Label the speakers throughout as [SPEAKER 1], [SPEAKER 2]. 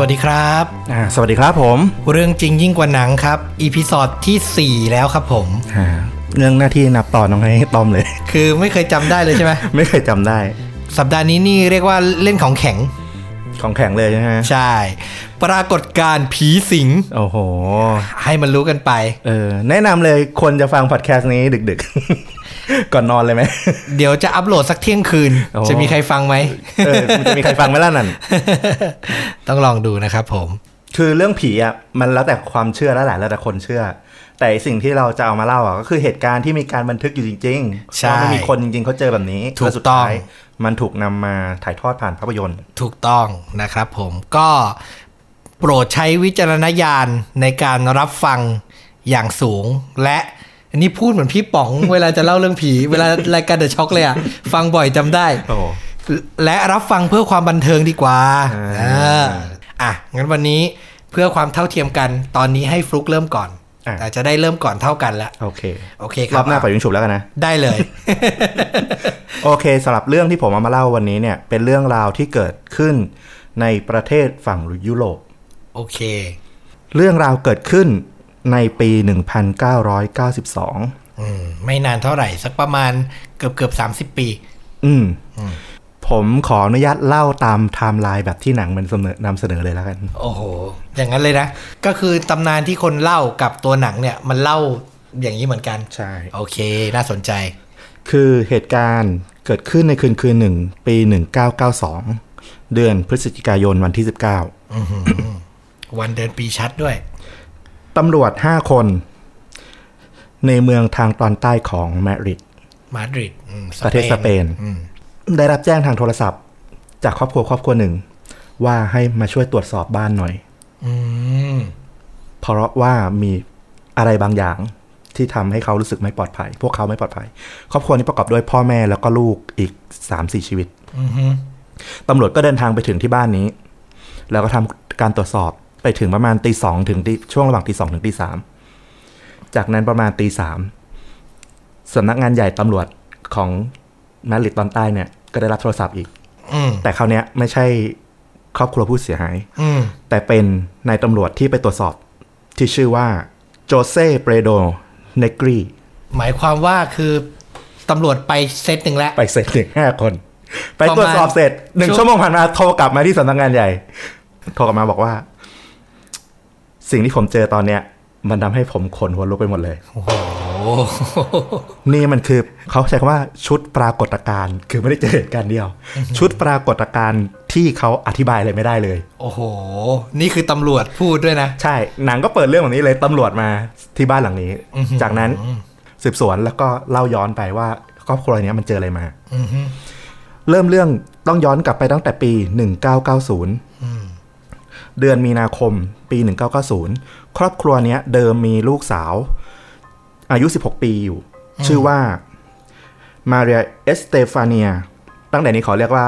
[SPEAKER 1] วัสดีครับ
[SPEAKER 2] อ่าสวัสดีครับผม
[SPEAKER 1] เรื่องจริงยิ่งกว่าหนังครับอีพิซอดที่ 4 แล้วครับผม
[SPEAKER 2] อ่าเรื่องหน้าที่นับต่อน้อง ให้ตอมเลย
[SPEAKER 1] คือไม่เคยจำได้เลย ใช่ไหม
[SPEAKER 2] ไม่เคยจำได้
[SPEAKER 1] สัปดาห์นี้นี่เรียกว่าเล่นของแข็ง
[SPEAKER 2] ของแข็งเลยใช่ไหม
[SPEAKER 1] ใช่ ปรากฏการณ์ผีสิง
[SPEAKER 2] โอ้โห
[SPEAKER 1] ให้มันรู้กันไป
[SPEAKER 2] เออ แนะนำเลยคนจะฟังพอดแคสต์นี้ดึกๆ ก่อนนอนเลยไหม
[SPEAKER 1] เดี๋ยวจะอัปโหลดสักเที่ยงคืน
[SPEAKER 2] โอ้
[SPEAKER 1] จะมีใครฟังไหม
[SPEAKER 2] เออมันจะมีใครฟังไหมล่ะนั่น
[SPEAKER 1] ต้องลองดูนะครับผม
[SPEAKER 2] คือเรื่องผีอ่ะมันแล้วแต่ความเชื่อแล้วแหละแล้วแต่คนเชื่อ แต่สิ่งที่เราจะเอามาเล่าอ่ะก็คือเหตุการณ์ที่มีการบันทึกอยู่จริงๆ
[SPEAKER 1] ใช่
[SPEAKER 2] ว่ามันมีคนจริงๆเขาเจอแบบนี้
[SPEAKER 1] ถูก
[SPEAKER 2] และสุดท้าย
[SPEAKER 1] ต้อง
[SPEAKER 2] มันถูกนำมาถ่ายทอดผ่านภาพยนตร์
[SPEAKER 1] ถูกต้องนะครับผมก็โปรดใช้วิจารณญาณในการรับฟังอย่างสูง และอันนี่พูดเหมือนพี่ป๋อง เวลาจะเล่าเรื่องผี เวลารายการเดอะช็อกเลยอะฟังบ่อยจำได้
[SPEAKER 2] โอ้
[SPEAKER 1] และรับฟังเพื่อความบันเทิงดีกว่า
[SPEAKER 2] อ่า
[SPEAKER 1] เอออ่ะงั้นวันนี้เพื่อความเท่าเทียมกัน ตอนนี้ให้ฟลุกเริ่มก่อนอาจจะได้เริ่มก่อนเท่ากันแล้ว
[SPEAKER 2] โอเค
[SPEAKER 1] โอเคค
[SPEAKER 2] ร
[SPEAKER 1] รั
[SPEAKER 2] อ
[SPEAKER 1] บบ
[SPEAKER 2] หน้าปล่อยยุงฉุบแล้วกันนะ
[SPEAKER 1] ได้เลย
[SPEAKER 2] โอเคสำหรับเรื่องที่ผมเอามาเล่าวันนี้เนี่ยเป็นเรื่องราวที่เกิดขึ้นในประเทศฝั่งยุโรป
[SPEAKER 1] โอเค
[SPEAKER 2] เรื่องราวเกิดขึ้นในปี 1992
[SPEAKER 1] อืมไม่นานเท่าไหร่สักประมาณเกือบเกือบสามสิบปี
[SPEAKER 2] อืม ผมขออนุญาตเล่าตามไทม์ไลน์แบบที่หนังมันเสนอนำเสนอเลยแล้วกัน
[SPEAKER 1] โอ้โห อย่างนั้นเลยนะ ก็คือตำนานที่คนเล่ากับตัวหนังเนี่ย มันเล่าอย่างนี้เหมือนกัน
[SPEAKER 2] ใช่
[SPEAKER 1] โอเค น่าสนใจ
[SPEAKER 2] คือเหตุการณ์เกิดขึ้นในคืนคืนหนึ่งปี 1992 เดือนพฤศจิกายนวันที่ 19
[SPEAKER 1] วันเดือนปีชัดด้วย
[SPEAKER 2] ตำรวจ 5 คน ในเมืองทางตอนใต้ของมาดริด
[SPEAKER 1] มาดริดอืม
[SPEAKER 2] ประเทศสเปน
[SPEAKER 1] อืม
[SPEAKER 2] ได้รับแจ้งทางโทรศัพท์ จากครอบครัวครอบครัวหนึ่ง ว่าให้มาช่วยตรวจสอบบ้านหน่อย
[SPEAKER 1] อืม
[SPEAKER 2] เพราะว่ามีอะไรบางอย่างที่ทำให้เขารู้สึกไม่ปลอดภัย พวกเขาไม่ปลอดภัย ครอบครัวนี้ประกอบด้วยพ่อแม่แล้วก็ลูกอีก3ามสี่ชีวิต
[SPEAKER 1] อือหือ
[SPEAKER 2] ตำรวจก็เดินทางไปถึงที่บ้านนี้ แล้วก็ทำการตรวจสอบไปถึงประมาณตีสองถึงตีช่วงระหว่างตีสองถึงตีสามจากนั้นประมาณตีสามสำนักงานใหญ่ตำรวจของมาดริดตอนใต้เนี่ยก็ได้รับโทรศัพท์อีก
[SPEAKER 1] อืม
[SPEAKER 2] แต่คราวเนี้ยไม่ใช่ครอบครัวผู้เสียหาย
[SPEAKER 1] อืม
[SPEAKER 2] แต่เป็นนายตำรวจที่ไปตรวจสอบที่ชื่อว่าโจเซ่เปโดเนกรี
[SPEAKER 1] หมายความว่าคือตำรวจไปเซตหนึ่งแล้ว
[SPEAKER 2] ไปเสร็จถึงห้าคน ไปตรวจสอบเสร็จหนึ่ง
[SPEAKER 1] ช่วง
[SPEAKER 2] ชั่วโมงผ่านมาโทรกลับมาที่สำนักงานใหญ่ โทรกลับมาบอกว่า สิ่งที่ผมเจอตอนเนี้ย มันทำให้ผมขนหัวลุกไปหมดเลย
[SPEAKER 1] โอ้โห
[SPEAKER 2] นี่มันคือเขาใช้คำว่าชุดปรากฏการณ์คือไม่ได้เจอเหตุการณ์เดียว ชุดปรากฏการณ์ที่เขาอธิบายอะไรไม่ได้เลย
[SPEAKER 1] โอ้โห นี่คือตำรวจพูดด้วยนะ
[SPEAKER 2] ใช่ หนังก็เปิดเรื่องแบบนี้เลยตำรวจมาที่บ้านหลังนี้ จากนั้นสืบสวนแล้วก็เล่าย้อนไปว่าครอบครัวเนี้ยมันเจออะไรมา
[SPEAKER 1] อือหือ
[SPEAKER 2] เริ่มเรื่องต้องย้อนกลับไปตั้งแต่ปี 1990 เดือนมีนาคมปี 1990 ครอบครัวเนี้ยเดิมมีลูกสาว อายุ 16 ปีอยู่ ชื่อว่ามาเรียเอสเตฟาเนีย ตั้งแต่นี้ขอเรียกว่า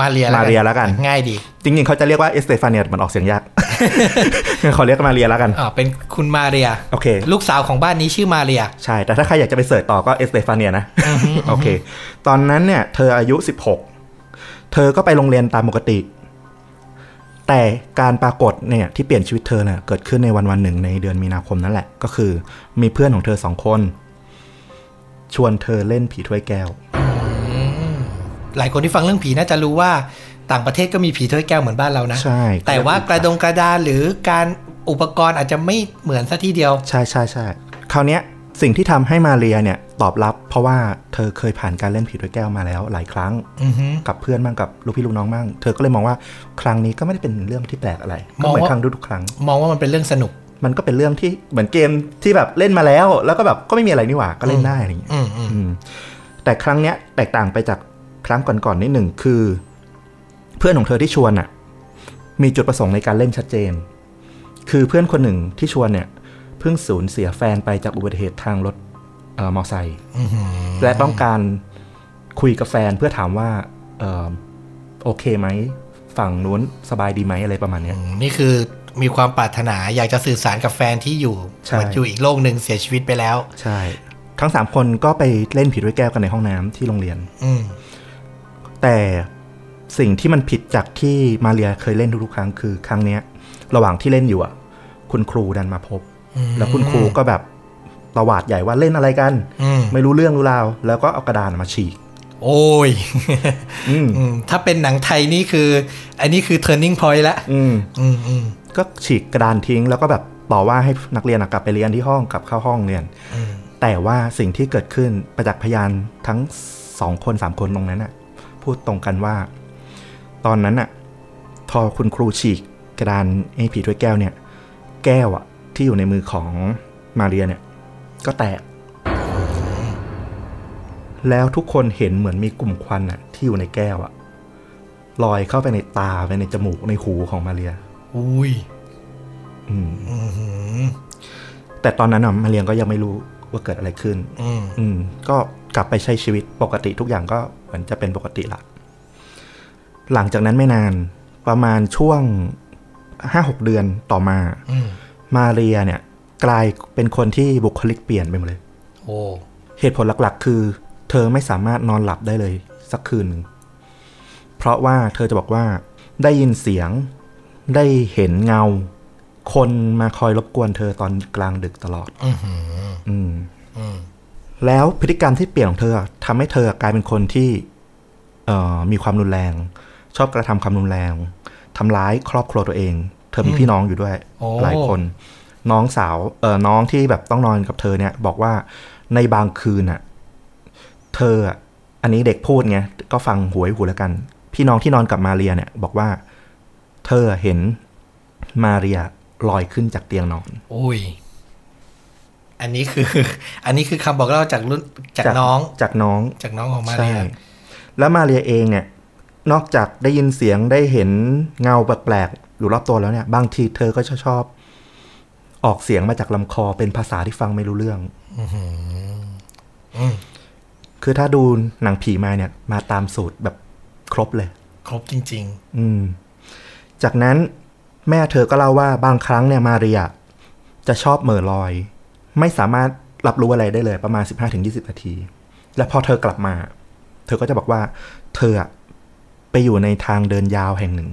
[SPEAKER 1] มาเรีย
[SPEAKER 2] มาเรียแล้วกัน
[SPEAKER 1] ง่ายดี
[SPEAKER 2] จริงๆ เขาจะเรียกว่าเอสเตฟาเนียแต่มันออกเสียงยาก งั้นขอเรียกมาเรียแล้วกัน
[SPEAKER 1] อ่าเป็นคุณมาเรีย
[SPEAKER 2] โอเค
[SPEAKER 1] ลูกสาวของบ้านนี้ชื่อมาเรีย
[SPEAKER 2] ใช่ แต่ถ้าใครอยากจะไปเสิร์ชต่อก็เอสเตฟาเนียนะ โอเค ตอนนั้นเนี่ย เธออายุ 16 เธอก็ไปโรงเรียนตามปกติ แต่การปรากฏเนี่ยที่เปลี่ยนชีวิตเธอเนี่ยเกิดขึ้นในวันวันหนึ่งในเดือนมีนาคมนั่นแหละ ก็คือมีเพื่อนของเธอสองคน ชวนเธอเล่นผีถ้วยแก้ว
[SPEAKER 1] หลายคนที่ฟังเรื่องผีน่าจะรู้ว่าต่างประเทศก็มีผีถ้วยแก้วเหมือนบ้านเรานะ
[SPEAKER 2] ใช่
[SPEAKER 1] แต่ว่ากระดงกระดานหรือการอุปกรณ์อาจจะไม่เหมือนซะทีเดียว
[SPEAKER 2] ใช่ใช่ใช่คราวเนี้ยสิ่งที่ทำให้มาเรียเนี่ยตอบรับ เพราะว่าเธอเคยผ่านการเล่นผีถ้วยแก้วมาแล้วหลายครั้ง
[SPEAKER 1] อือฮึ
[SPEAKER 2] กับเพื่อนบ้างกับลูกพี่ลูกน้องบ้าง เธอก็เลยมองว่าครั้งนี้ก็ไม่ได้เป็นเรื่องที่แปลกอะไร ก็เหมือ
[SPEAKER 1] มอง
[SPEAKER 2] น
[SPEAKER 1] ว่า
[SPEAKER 2] ครั้งทุกๆครั้ง
[SPEAKER 1] มองว่ามันเป็นเรื่องสนุก
[SPEAKER 2] มันก็เป็นเรื่องที่เหมือนเกมที่แบบเล่นมาแล้ว แล้วก็แบบก็ไม่มีอะไรนี่หว่าก็เล่นได้อะไรอย่างเงี้ย
[SPEAKER 1] อืมอืม
[SPEAKER 2] อืมแต่ครั้งเนี้ยแตกต่างไปจากครั้งก่อนๆนิดหนึ่งคือ เพื่อนของเธอที่ชวนอ่ะ มีจุดประสงค์ในการเล่นชัดเจน คือเพื่อนคนหนึ่งที่ชวนเนี่ยเพิ่งสูญเสียแฟนไปจากอุบัติเหตุทางรถเอ่อมอไซค์
[SPEAKER 1] อื้อหือ
[SPEAKER 2] และต้องการคุยกับแฟนเพื่อถามว่าเออโอเคไหม ฝั่งนู้นสบายดีไหมอะไรประมาณเนี้ย
[SPEAKER 1] นี่คือมีความปรารถนาอยากจะสื่อสารกับแฟนที่อยู่
[SPEAKER 2] ใช่
[SPEAKER 1] เหมือนอยู่อีกโลกหนึ่งเสียชีวิตไปแล้ว
[SPEAKER 2] ใช่ ทั้งสามคนก็ไปเล่นผิดด้วยแก้วกันในห้องน้ำที่โรงเรียน
[SPEAKER 1] อืม
[SPEAKER 2] แต่สิ่งที่มันผิดจากที่มาเรียเคยเล่นทุกๆครั้งคือครั้งเนี้ย ระหว่างที่เล่นอยู่อ่ะ คุณครูดันมาพบ แล้วคุณครูก็แบบตวาดใหญ่ว่าเล่นอะไรกัน
[SPEAKER 1] อืม
[SPEAKER 2] ไม่รู้เรื่องรู้ราว แล้วก็เอากระดานมาฉีก
[SPEAKER 1] โอ้ย
[SPEAKER 2] อืม
[SPEAKER 1] อืมถ้าเป็นหนังไทยนี่คือ อันนี้คือ turning point ละ
[SPEAKER 2] อืม
[SPEAKER 1] อืมอืม
[SPEAKER 2] ก็ฉีกกระดานทิ้ง แล้วก็แบบต่อว่าให้นักเรียนอะกลับไปเรียนที่ห้องกลับเข้าห้องเรียน แต่ว่าสิ่งที่เกิดขึ้นประจักษ์พยานทั้งสองคนสามคนตรงนั้นน่ะ พูดตรงกันว่า ตอนนั้นน่ะ พอคุณครูฉีกกระดานไอ้ผีถ้วยแก้วเนี่ย แก้วอะที่อยู่ในมือของมาเรียเนี่ย ก็แตก แล้วทุกคนเห็นเหมือนมีกลุ่มควันอะที่อยู่ในแก้วอะลอยเข้าไปในตาไปในจมูกในหูของมาเรีย
[SPEAKER 1] อุ้ย
[SPEAKER 2] อืมแต่ตอนนั้นอะมาเรียงก็ยังไม่รู้ว่าเกิดอะไรขึ้น
[SPEAKER 1] อืม
[SPEAKER 2] อืม ก็กลับไปใช้ชีวิตปกติทุกอย่างก็เหมือนจะเป็นปกติละ หลังจากนั้นไม่นานประมาณช่วงห้าหกเดือนต่อมา
[SPEAKER 1] อืม
[SPEAKER 2] มาเรียเนี่ย กลายเป็นคนที่บุคลิกเปลี่ยนไปหมดเลย
[SPEAKER 1] โอ้
[SPEAKER 2] เหตุผลหลักๆ คือ เธอไม่สามารถนอนหลับได้เลยสักคืนหนึ่ง เพราะว่าเธอจะบอกว่าได้ยินเสียงได้เห็นเงา คนมาคอยรบกวนเธอตอนกลางดึกตลอด
[SPEAKER 1] อือหือ
[SPEAKER 2] อืม
[SPEAKER 1] อืม
[SPEAKER 2] แล้วพฤติกรรมที่เปลี่ยนของเธอทำให้เธอกลายเป็นคนที่ เอ่อมีความรุนแรง ชอบกระทำความรุนแรงทำร้ายครอบครัวตัวเอง เธอมีพี่น้องอยู่ด้วย
[SPEAKER 1] โอ้
[SPEAKER 2] หลายคน น้องสาว เออน้องที่แบบต้องนอนกับเธอเนี่ย บอกว่าในบางคืนอ่ะ เธออะอันนี้เด็กพูดไงก็ฟังหวยหูแล้วกัน พี่น้องที่นอนกับมาเรียเนี่ย บอกว่า เธอเห็นมาเรียลอยขึ้นจากเตียงนอน
[SPEAKER 1] อุ้ย อันนี้คือ อันนี้คือคำบอกเล่าจากรุ่นจากน้อง
[SPEAKER 2] จากน้อง
[SPEAKER 1] จากน้องของมา
[SPEAKER 2] ใช่
[SPEAKER 1] เรีย
[SPEAKER 2] แล้วมาเรียเองเนี่ย นอกจากได้ยินเสียงได้เห็นเงาแปลกๆอยู่รอบตัวแล้วเนี่ย บางทีเธอก็ชอบชอบ ออกเสียงมาจากลำคอเป็นภาษาที่ฟังไม่รู้เรื่อง
[SPEAKER 1] อืม
[SPEAKER 2] คือถ้าดูหนังผีมาเนี่ย มาตามสูตรแบบครบเลย
[SPEAKER 1] ครบจริง
[SPEAKER 2] อืม จากนั้นแม่เธอก็เล่าว่าบางครั้งเนี่ยมาเรีย จะชอบเหม่อลอย ไม่สามารถรับรู้อะไรได้เลยประมาณ 15-20 นาที แล้วพอเธอกลับมา เธอก็จะบอกว่า เธออะไปอยู่ในทางเดินยาวแห่งหนึ่ง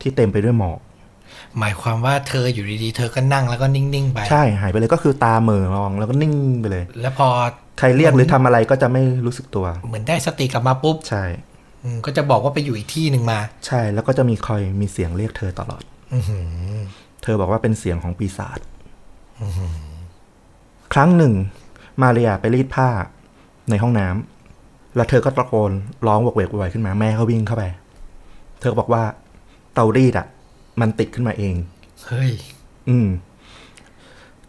[SPEAKER 2] ที่เต็มไปด้วยหมอก
[SPEAKER 1] ๆ หมายความว่าเธออยู่ดีๆ เธอก็นั่งแล้วก็นิ่ง ๆ ไป
[SPEAKER 2] ใช่หายไปเลยก็คือตาเหม่อมองแล้วก็นิ่งไปเลย
[SPEAKER 1] แล้วพอ
[SPEAKER 2] ใครเรียกหรือทำอะไรก็จะไม่รู้สึกตัว
[SPEAKER 1] เหมือนได้สติกลับมาปุ๊บ
[SPEAKER 2] ใช่
[SPEAKER 1] อืมก็จะบอกว่าไปอยู่อีกที่หนึ่งมา
[SPEAKER 2] ใช่แล้วก็จะมีคอยมีเสียงเรียกเธอตลอด
[SPEAKER 1] อือหือ
[SPEAKER 2] เธอบอกว่าเป็นเสียงของปีศาจครั้งหนึ่ง มาเรียไปรีดผ้าในห้องน้ำแล้วเธอก็ตะโกนร้องบวกเวกไวายขึ้นมาแม่ก็วิ่งเข้าไป เธอก็บอกว่า เตารีดอ่ะ มันติดขึ้นมาเอง
[SPEAKER 1] เฮ้ย
[SPEAKER 2] อืม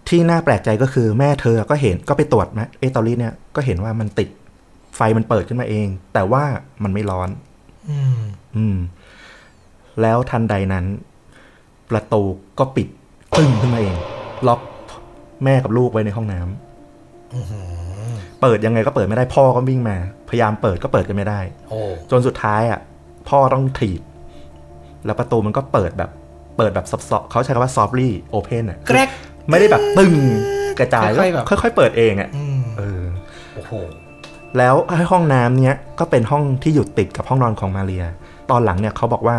[SPEAKER 2] ที่น่าแปลกใจก็คือแม่เธอก็เห็นก็ไปตรวจไหมเอยเตารีดเนี่ยก็เห็นว่ามันติดไฟมันเปิดขึ้นมาเอง แต่ว่ามันไม่ร้อน
[SPEAKER 1] อืม
[SPEAKER 2] อืม แล้วทันใดนั้น ประตูก็ปิดตึ้งขึ้นมาเอง ล็อกแม่กับลูกไว้ในห้องน้ำเปิดยังไงก็เปิดไม่ได้พ่อก็วิ่งมา พยายามเปิดก็เปิดกันไม่ได้
[SPEAKER 1] โอ้
[SPEAKER 2] จนสุดท้ายอ่ะ พ่อต้องถีบ แล้วประตูมันก็เปิดแบบ เปิดแบบซอบๆเขาใช้คำว่าซอฟลี่โอเพนอ่ะ
[SPEAKER 1] แกรก
[SPEAKER 2] ไม่ได้แบบตึ้งกระจาย
[SPEAKER 1] ค่อยๆแบบ
[SPEAKER 2] ก็ค่อยๆเปิดเองอ่ะ
[SPEAKER 1] อืม
[SPEAKER 2] เออ
[SPEAKER 1] โอ้โห
[SPEAKER 2] แล้วห้องน้ำเนี้ยก็เป็นห้องที่อยู่ติดกับห้องนอนของมาเรีย ตอนหลังเนี่ยเขาบอกว่า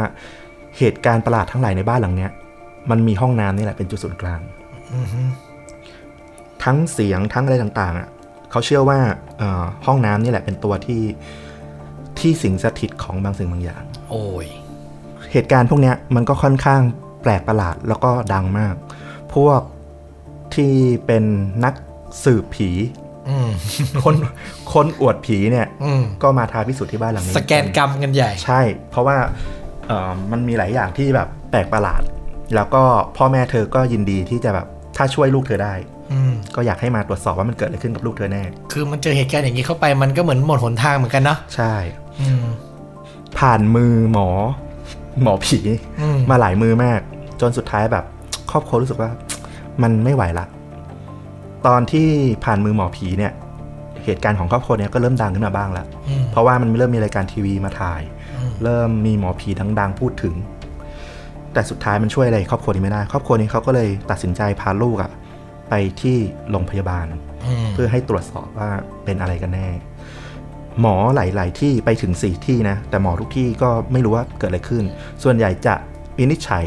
[SPEAKER 2] เหตุการณ์ประหลาดทั้งหลายในบ้านหลังเนี้ย มันมีห้องน้ำนี่แหละเป็นจุดศูนย์กลาง
[SPEAKER 1] อือหือ
[SPEAKER 2] ทั้งเสียงทั้งอะไรต่างๆอ่ะเขาเชื่อว่าเอ่อห้องน้ำนี่แหละเป็นตัวที่ที่สิงสถิตของบางสิ่งบางอย่าง
[SPEAKER 1] โอ้ย
[SPEAKER 2] เหตุการณ์พวกเนี้ยมันก็ค่อนข้างแปลกประหลาดแล้วก็ดังมาก พวกที่เป็นนักสืบผี
[SPEAKER 1] อืม
[SPEAKER 2] คนคนอวดผีเนี่ย
[SPEAKER 1] อืม
[SPEAKER 2] ก็มาทาพิสูจน์ที่บ้านหลังนี้
[SPEAKER 1] สแกนกรรมกันใหญ่
[SPEAKER 2] ใช่ เพราะว่าเอ่อมันมีหลายอย่างที่แบบแปลกประหลาด แล้วก็พ่อแม่เธอก็ยินดีที่จะแบบถ้าช่วยลูกเธอได้
[SPEAKER 1] อืม
[SPEAKER 2] ก็อยากให้มาตรวจสอบว่ามันเกิดอะไรขึ้นกับลูกเธอแน่
[SPEAKER 1] คือมันเจอเหตุการณ์อย่างนี้เข้าไปมันก็เหมือนหมดหนทางเหมือนกันเนาะ
[SPEAKER 2] ใช่
[SPEAKER 1] อืม
[SPEAKER 2] ผ่านมือหมอ หมอผี
[SPEAKER 1] อืม
[SPEAKER 2] มาหลายมือมาก จนสุดท้ายแบบ ครอบครัวรู้สึกว่า มันไม่ไหวละ ตอนที่ผ่านมือหมอผีเนี่ย เหตุการณ์ของครอบครัวเนี้ยก็เริ่มดังขึ้นมาบ้างแล้ว
[SPEAKER 1] อืม
[SPEAKER 2] เพราะว่ามันเริ่มมีรายการทีวีมาถ่าย
[SPEAKER 1] อืม
[SPEAKER 2] เริ่มมีหมอผีดังๆพูดถึง แต่สุดท้ายมันช่วยอะไรครอบครัวนี้ไม่ได้ ครอบครัวนี้เขาก็เลยตัดสินใจพาลูกอะไปที่โรงพยาบาล
[SPEAKER 1] อืม
[SPEAKER 2] เพื่อให้ตรวจสอบว่าเป็นอะไรกันแน่ หมอหลายๆที่ไปถึงสี่ที่นะ แต่หมอทุกที่ก็ไม่รู้ว่าเกิดอะไรขึ้น ส่วนใหญ่จะวินิจฉัย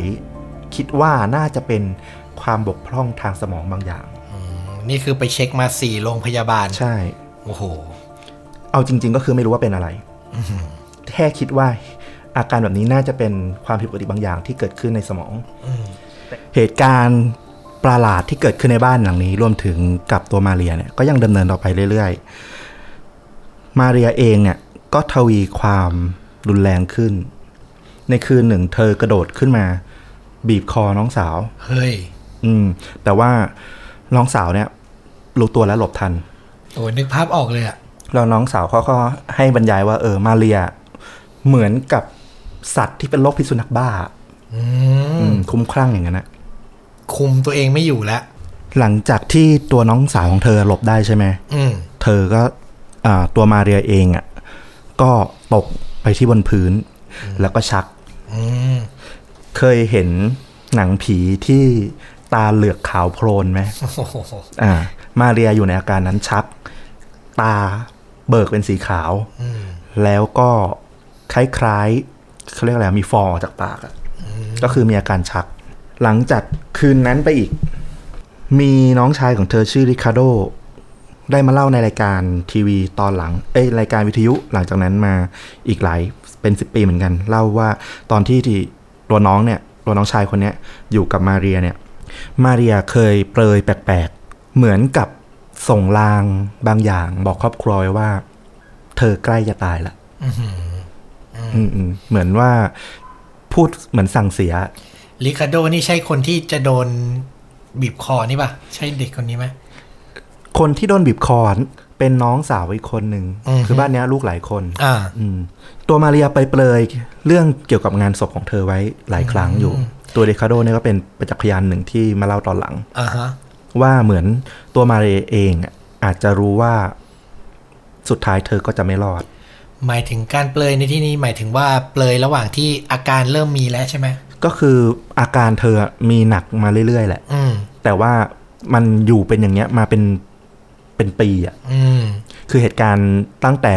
[SPEAKER 2] คิดว่าน่าจะเป็นความบกพร่องทางสมองบางอย่าง
[SPEAKER 1] นี่คือไปเช็คมาสี่โรงพยาบาล
[SPEAKER 2] ใช่
[SPEAKER 1] โอ้โห
[SPEAKER 2] เอาจริง ๆ ก็คือไม่รู้ว่าเป็นอะไร แค่คิดว่าอาการแบบนี้น่าจะเป็นความผิดปกติบางอย่างที่เกิดขึ้นในสมอง เหตุการณ์ประหลาดที่เกิดขึ้นในบ้านหลังนี้ รวมถึงกับตัวมาเรียเนี่ยก็ยังดำเนินต่อไปเรื่อยๆ มาเรียเองเนี่ยก็ทวีความรุนแรงขึ้น ในคืนหนึ่งเธอกระโดดขึ้นมา บีบคอน้องสาว
[SPEAKER 1] เฮ้ย
[SPEAKER 2] อืม แต่ว่าน้องสาวเนี่ยรู้ตัวและหลบทัน
[SPEAKER 1] โอ้ยนึกภาพออกเลยอะ
[SPEAKER 2] เราน้องสาวเขาก็ให้บรรยายว่าเออมาเรีย เหมือนกับสัตว์ที่เป็นโรคพิษสุนัขบ้า
[SPEAKER 1] อืม
[SPEAKER 2] อืมคุ้มคลั่งอย่างนั้นนะ
[SPEAKER 1] คุมตัวเองไม่อยู่แล้ว
[SPEAKER 2] หลังจากที่ตัวน้องสาวของเธอหลบได้ใช่ไหม
[SPEAKER 1] อืม
[SPEAKER 2] เธอก็อ่าตัวมาเรียเองอ่ะก็ตกไปที่บนพื้น แล้วก็ชัก
[SPEAKER 1] อืม
[SPEAKER 2] เคยเห็นหนังผีที่ตาเหลือกขาวโพลนไหม
[SPEAKER 1] โอ้โห
[SPEAKER 2] อ่ามาเรียอยู่ในอาการนั้นชัก ตาเบิกเป็นสีขาว
[SPEAKER 1] อืม
[SPEAKER 2] แล้วก็คล้ายๆเขาเรียกอะไรมีฟอร์จากปากอะก็คือมีอาการชัก หลังจากคืนนั้นไปอีก มีน้องชายของเธอชื่อริคาร์โด ได้มาเล่าในรายการทีวีตอนหลัง เอ้ยรายการวิทยุหลังจากนั้นมาอีกหลายเป็นสิบปีเหมือนกัน เล่าว่าตอนที่ที่ตัวน้องเนี่ยตัวน้องชายคนเนี้ยอยู่กับมาเรียเนี่ย มาเรียเคยเปรยแปลกๆ เหมือนกับส่งลางบางอย่าง บอกครอบครัวไว้ว่า เธอใกล้จะตายละอืมๆเหมือนว่าพูดเหมือนสั่งเสีย
[SPEAKER 1] ลิคาโดนี่ใช่คนที่จะโดนบีบคอนี่ปะใช่เด็กคนนี้ไหม
[SPEAKER 2] คนที่โดนบีบคอเป็นน้องสาวอีกคนหนึ่ง
[SPEAKER 1] อือฮึ
[SPEAKER 2] คือบ้านเนี้ยลูกหลายคน
[SPEAKER 1] อ่า
[SPEAKER 2] อืมตัวมาเรียไปเปลยเรื่องเกี่ยวกับงานศพของเธอไว้หลายครั้งอยู่ ตัวเดคาโดเนี่ยก็เป็นประจักษ์พยานหนึ่งที่มาเล่าตอนหลัง
[SPEAKER 1] อ่าฮะ
[SPEAKER 2] ว่าเหมือนตัวมาเรียเองอะอาจจะรู้ว่าสุดท้ายเธอก็จะไม่รอด
[SPEAKER 1] หมายถึงการเปลยในที่นี้หมายถึงว่าเปลยระหว่างที่อาการเริ่มมีแล้วใช่ไหม
[SPEAKER 2] ก็คืออาการเธอมีหนักมาเรื่อยๆแหละ
[SPEAKER 1] อืม
[SPEAKER 2] แต่ว่ามันอยู่เป็นอย่างเงี้ยมาเป็นเป็นปีอะ
[SPEAKER 1] อืม
[SPEAKER 2] คือเหตุการณ์ตั้งแต่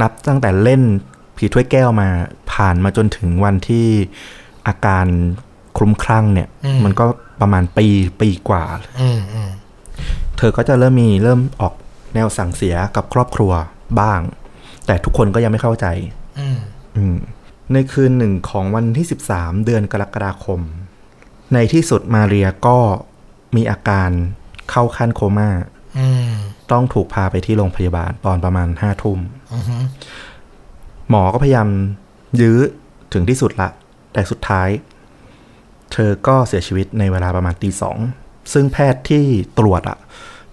[SPEAKER 2] นับตั้งแต่เล่นผีถ้วยแก้วมาผ่านมาจนถึงวันที่อาการคลุ้มคลั่งเนี่ย
[SPEAKER 1] อืม
[SPEAKER 2] มันก็ประมาณปีปีกว่า
[SPEAKER 1] อืมอืม
[SPEAKER 2] เธอก็จะเริ่มมีเริ่มออกแนวสั่งเสียกับครอบครัวบ้าง แต่ทุกคนก็ยังไม่เข้าใจ
[SPEAKER 1] อืม
[SPEAKER 2] อืมในคืนหนึ่งของวันที่ 13 เดือนกรกฎาคม ในที่สุดมาเรียก็มีอาการเข้าขั้นโคม่า
[SPEAKER 1] อืม
[SPEAKER 2] ต้องถูกพาไปที่โรงพยาบาลตอนประมาณห้าทุ่ม
[SPEAKER 1] อือฮึ
[SPEAKER 2] หมอก็พยายามยื้อถึงที่สุดละ แต่สุดท้าย เธอก็เสียชีวิตในเวลาประมาณตีสอง ซึ่งแพทย์ที่ตรวจอะ่ะ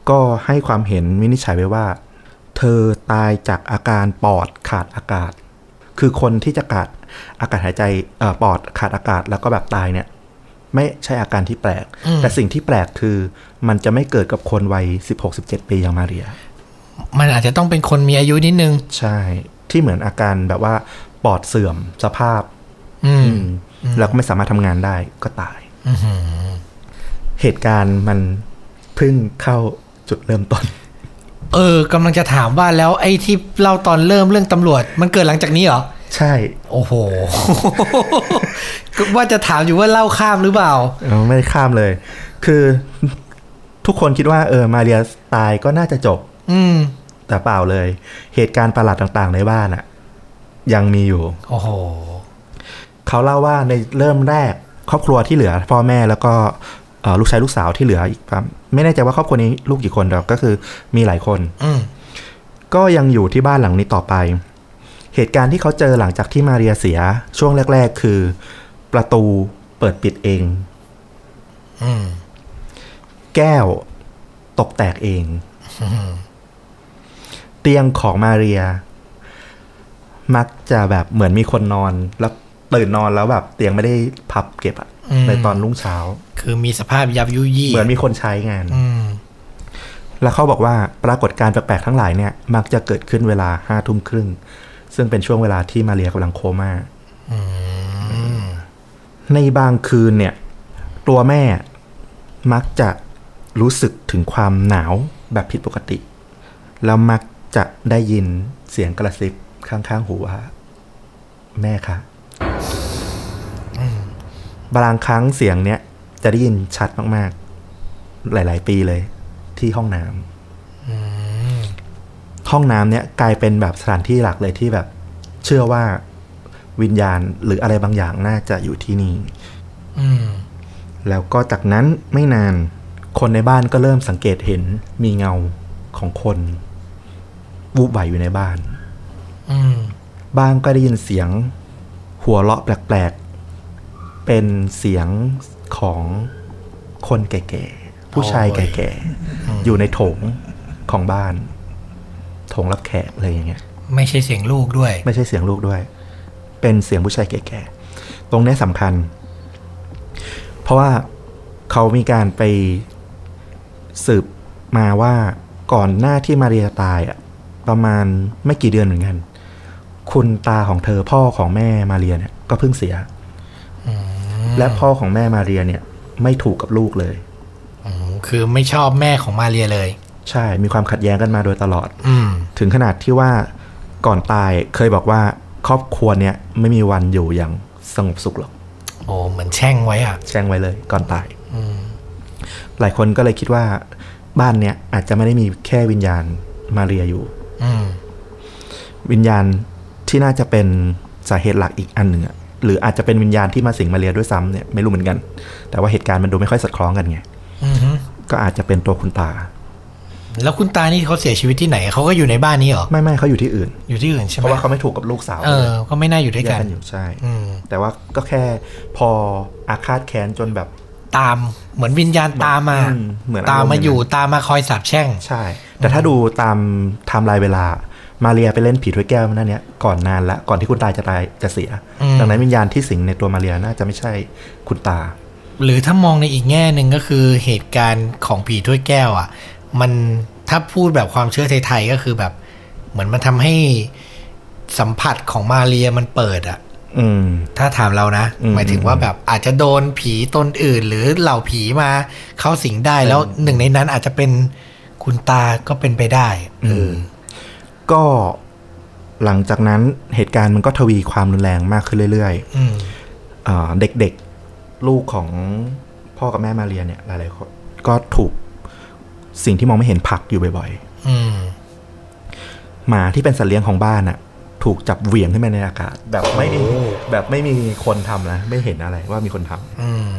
[SPEAKER 2] ก็ให้ความเห็นวินิจฉัยไว้ว่า เธอตายจากอาการปอดขาดอากาศ คือคนที่จะขาดอากาศหายใจเอ่อปอดขาดอากาศแล้วก็แบบตายเนี่ย ไม่ใช่อาการที่แปลก แต่สิ่งที่แปลกคือมันจะไม่เกิดกับคนวัย16-17 ปีอย่างมาเรีย
[SPEAKER 1] มันอาจจะต้องเป็นคนมีอายุนิดนึง
[SPEAKER 2] ใช่ ที่เหมือนอาการแบบว่าปอดเสื่อมสภาพ
[SPEAKER 1] อืม
[SPEAKER 2] แล้วก็ไม่สามารถทำงานได้ก็ตาย
[SPEAKER 1] อือหือ
[SPEAKER 2] เหตุการณ์มันเพิ่งเข้าจุดเริ่มต้น
[SPEAKER 1] เออกำลังจะถามว่าแล้วไอ้ที่เล่าตอนเริ่มเรื่องตำรวจ มันเกิดหลังจากนี้เหรอ
[SPEAKER 2] ใช่
[SPEAKER 1] โอ้โห ก็ว่าจะถามอยู่ว่าเล่าข้ามหรือเปล่า
[SPEAKER 2] เออไม่ได้ข้ามเลย คือทุกคนคิดว่าเออมาเรียตายก็น่าจะจบ
[SPEAKER 1] อืม
[SPEAKER 2] แต่เปล่าเลย เหตุการณ์ประหลาดต่างๆในบ้านอะยังมีอยู่
[SPEAKER 1] โอ้โห
[SPEAKER 2] เขาเล่าว่าในเริ่มแรกครอบครัวที่เหลือ พ่อแม่แล้วก็เอ่อลูกชายลูกสาวที่เหลืออีกประมาณไม่แน่ใจว่าครอบครัวนี้ลูกกี่คนแต่ก็คือมีหลายคน
[SPEAKER 1] อืม
[SPEAKER 2] ก็ยังอยู่ที่บ้านหลังนี้ต่อไป เหตุการณ์ที่เขาเจอหลังจากที่มาเรียเสียช่วงแรก ๆ คือ ประตูเปิดปิดเอง
[SPEAKER 1] อืม
[SPEAKER 2] แก้วตกแตกเอง เตียงของมาเรีย มักจะแบบเหมือนมีคนนอน แล้วตื่นนอนแล้วแบบ เตียงไม่ได้พับเก็บอะ
[SPEAKER 1] อืม
[SPEAKER 2] ในตอนรุ่งเช้า
[SPEAKER 1] คือมีสภาพยับยุยี่
[SPEAKER 2] เหมือนมีคนใช้งาน
[SPEAKER 1] อืม
[SPEAKER 2] แล้วเขาบอกว่าปรากฏการณ์แปลกๆทั้งหลายเนี่ย มักจะเกิดขึ้นเวลาห้าทุ่มครึ่ง ซึ่งเป็นช่วงเวลาที่มาเรียกำลังโคม่าในบางคืนเนี่ย ตัวแม่มักจะรู้สึกถึงความหนาวแบบผิดปกติ แล้วมักจะได้ยินเสียงกระซิบข้างๆหูว่า แม่คะ บางครั้งเสียงเนี้ยจะได้ยินชัดมากๆ หลาย ๆ ปีเลย ที่ห้องน้ำห้องน้ำเนี้ยกลายเป็นแบบสถานที่หลักเลยที่แบบ เชื่อว่าวิญญาณหรืออะไรบางอย่างน่าจะอยู่ที่นี่
[SPEAKER 1] อืม
[SPEAKER 2] แล้วก็จากนั้นไม่นานคนในบ้านก็เริ่มสังเกตเห็นมีเงาของคนวูบไหวอยู่ในบ้าน
[SPEAKER 1] อืม
[SPEAKER 2] บ้างก็ได้ยินเสียงหัวเราะแปลกๆ เป็นเสียงของคนแก่ๆ ผู้ชายแก่ๆ อยู่ในโถงของบ้าน โถงรับแขกอะไรอย่างเงี้ย
[SPEAKER 1] ไม่ใช่เสียงลูกด้วย
[SPEAKER 2] ไม่ใช่เสียงลูกด้วย เป็นเสียงผู้ชายแก่ๆ ตรงเนี้ยสำคัญ เพราะว่าเขามีการไปสืบมาว่าก่อนหน้าที่มาเรียตายอะประมาณไม่กี่เดือนเหมือนกัน คุณตาของเธอพ่อของแม่มาเรียเนี่ยก็เพิ่งเสีย และพ่อของแม่มาเรียเนี่ย ไม่ถูกกับลูกเลย
[SPEAKER 1] โอ้โหคือไม่ชอบแม่ของมาเรียเลย
[SPEAKER 2] ใช่ มีความขัดแย้งกันมาโดยตลอด
[SPEAKER 1] อืม
[SPEAKER 2] ถึงขนาดที่ว่าก่อนตายเคยบอกว่าครอบครัวเนี่ยไม่มีวันอยู่อย่างสงบสุขหรอก
[SPEAKER 1] โอ้เหมือนแช่งไว้อ่ะ
[SPEAKER 2] แช่งไว้เลยก่อนตาย
[SPEAKER 1] อืม
[SPEAKER 2] หลายคนก็เลยคิดว่าบ้านเนี้ยอาจจะไม่ได้มีแค่วิญญาณมาเรียอยู่
[SPEAKER 1] อืม
[SPEAKER 2] วิญญาณที่น่าจะเป็นสาเหตุหลักอีกอันหนึ่งอะหรืออาจจะเป็นวิญญาณที่มาสิงมาเรียด้วยซ้ำเนี่ยไม่รู้เหมือนกัน แต่ว่าเหตุการณ์มันดูไม่ค่อยสอดคล้องกันไง
[SPEAKER 1] อือฮึ
[SPEAKER 2] ก็อาจจะเป็นตัวคุณตา
[SPEAKER 1] แล้วคุณตานี่เขาเสียชีวิตที่ไหน เขาก็อยู่ในบ้านนี้เหรอ
[SPEAKER 2] ไม่ไม่เขาอยู่ที่อื่น
[SPEAKER 1] อยู่ที่อื่นใช่ไหม
[SPEAKER 2] เพราะว่าเขาไม่ถูกกับลูกสาว
[SPEAKER 1] เออ ก็ไม่น่าอยู่ด้วย
[SPEAKER 2] แย
[SPEAKER 1] กั
[SPEAKER 2] ก
[SPEAKER 1] น
[SPEAKER 2] กันอยู่ใช่
[SPEAKER 1] อืม
[SPEAKER 2] แต่ว่าก็แค่พออาฆาตแค้นจนแบบ
[SPEAKER 1] ตาม เหมือนวิญญาณตามมา
[SPEAKER 2] อืมเหมือน
[SPEAKER 1] ตาม
[SPEAKER 2] อารมณ์อ
[SPEAKER 1] มา
[SPEAKER 2] ย่างนั้น
[SPEAKER 1] อยู่ ตามมาคอยสาบแช่ง
[SPEAKER 2] ใช่ แต่ถ้าดูตามไทม์ไลน์เวลา มาเรียไปเล่นผีถ้วยแก้วนั่นเนี้ยก่อนนานละก่อนที่คุณตาจะตายจะเสีย
[SPEAKER 1] อืม
[SPEAKER 2] ดังนั้นวิญญาณที่สิงในตัวมาเรียน่าจะไม่ใช่คุณตา
[SPEAKER 1] หรือถ้ามองในอีกแง่หนึ่งก็คือเหตุการณ์ของผีถ้วยแก้วอ่ะ มันถ้าพูดแบบความเชื่อไทยๆก็คือแบบ เหมือนมันทำให้สัมผัสของมาเรียมันเปิดอ่ะ
[SPEAKER 2] อืม
[SPEAKER 1] ถ้าถามเรานะ
[SPEAKER 2] อืม
[SPEAKER 1] หมายถึงว่าแบบอาจจะโดนผีตนอื่น หรือเหล่าผีมาเข้าสิงได้แล้วหนึ่งในนั้นอาจจะเป็นคุณตาก็เป็นไปได้เออ
[SPEAKER 2] ม ก็หลังจากนั้นเหตุการณ์มันก็ทวีความรุนแรงมากขึ้นเรื่อย
[SPEAKER 1] อืม
[SPEAKER 2] ๆอ่าเด็กๆ ลูกของพ่อกับแม่มาเรียเนี่ยหลายๆคนก็ถูกสิ่งที่มองไม่เห็นผลักอยู่บ่อย
[SPEAKER 1] อืม
[SPEAKER 2] ๆ หมาที่เป็นสัตว์เลี้ยงของบ้านน่ะ ถูกจับเหวี่ยงขึ้นไปในอากาศ แบบไม่มี
[SPEAKER 1] โอ้
[SPEAKER 2] แบบไม่มีคนทำนะไม่เห็นอะไรว่ามีคนทำ
[SPEAKER 1] อืม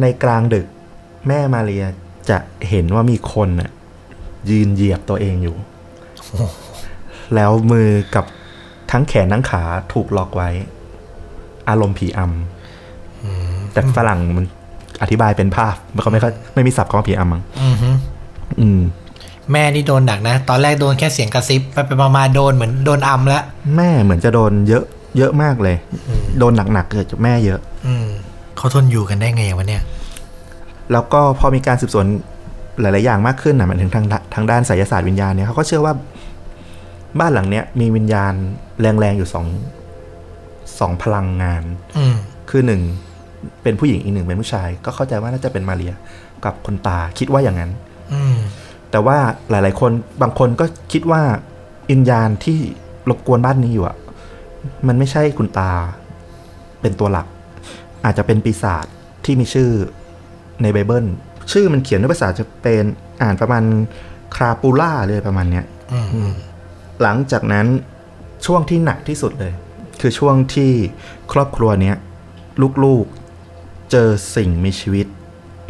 [SPEAKER 2] ในกลางดึกแม่มาเรียจะเห็นว่ามีคนน่ะ ยืนเหยียบตัวเองอยู่ แล้วมือกับทั้งแขนทั้งขาถูกล็อกไว้ อารมณ์ผีอำแต่ฝรั่งมันอธิบายเป็นภาพมันก็ไม่ค่อยไม่มีศัพท์ของผีอำมั้ง
[SPEAKER 1] อือฮึ
[SPEAKER 2] อืม
[SPEAKER 1] แม่นี่โดนหนักนะ ตอนแรกโดนแค่เสียงกระซิบไปไปมามาๆโดนเหมือนโดนอัมแล้ว
[SPEAKER 2] แม่เหมือนจะโดนเยอะ เยอะมากเลย โดนหนักๆเกิดจากแม่เยอะ
[SPEAKER 1] อืมเขาทนอยู่กันได้ไงวะเนี่ย
[SPEAKER 2] แล้วก็พอมีการสืบสวนหลาย ๆ อย่างมากขึ้นนะมันถึงทางดทางด้านไสยศาสตร์วิญญาณเนี่ยเขาก็เชื่อว่าบ้านหลังเนี้ยมีวิญญาณแรงๆอยู่สองสองพลังงาน
[SPEAKER 1] อืม
[SPEAKER 2] คือหนึ่งเป็นผู้หญิงอีกหนึ่งเป็นผู้ชาย ก็เข้าใจว่าน่าจะเป็นมาเรียกับคนตาคิดว่าอย่างนั้น
[SPEAKER 1] อืม
[SPEAKER 2] แต่ว่าหลาย ๆ คนบางคนก็คิดว่าวิญญาณที่รบกวนบ้านนี้อยู่อ่ะมันไม่ใช่คุณตาเป็นตัวหลัก อาจจะเป็นปีศาจที่มีชื่อในไบเบิล ชื่อมันเขียนด้วยภาษาจะเป็นอ่านประมาณคราปูล่าเลยประมาณเนี้ย
[SPEAKER 1] อืมอืม
[SPEAKER 2] หลังจากนั้นช่วงที่หนักที่สุดเลย คือช่วงที่ครอบครัวเนี้ยลูกๆเจอสิ่งมีชีวิต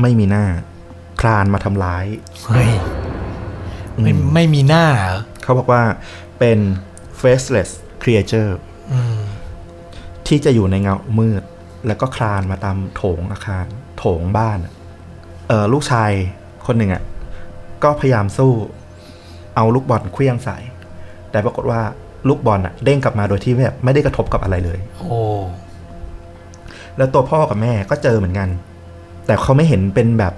[SPEAKER 2] ไม่มีหน้า คลานมาทำร้าย
[SPEAKER 1] เฮ้ยไม่ไม่มีหน้าเหรอ
[SPEAKER 2] เขาบอกว่าเป็น faceless creature
[SPEAKER 1] อืม
[SPEAKER 2] ที่จะอยู่ในเงามืด แล้วก็คลานมาตามโถงอาคาร โถงบ้านอะเออลูกชายคนหนึ่งอะ่ะ ก็พยายามสู้ เอาลูกบอลเคลี้ยงใส่ แต่ปรากฏว่าลูกบอลอ่ะ เด้งกลับมาโดยที่แบบไม่ได้กระทบกับอะไรเลย
[SPEAKER 1] โอ้
[SPEAKER 2] แล้วตัวพ่อกับแม่ก็เจอเหมือนกัน แต่เขาไม่เห็นเป็นแบบ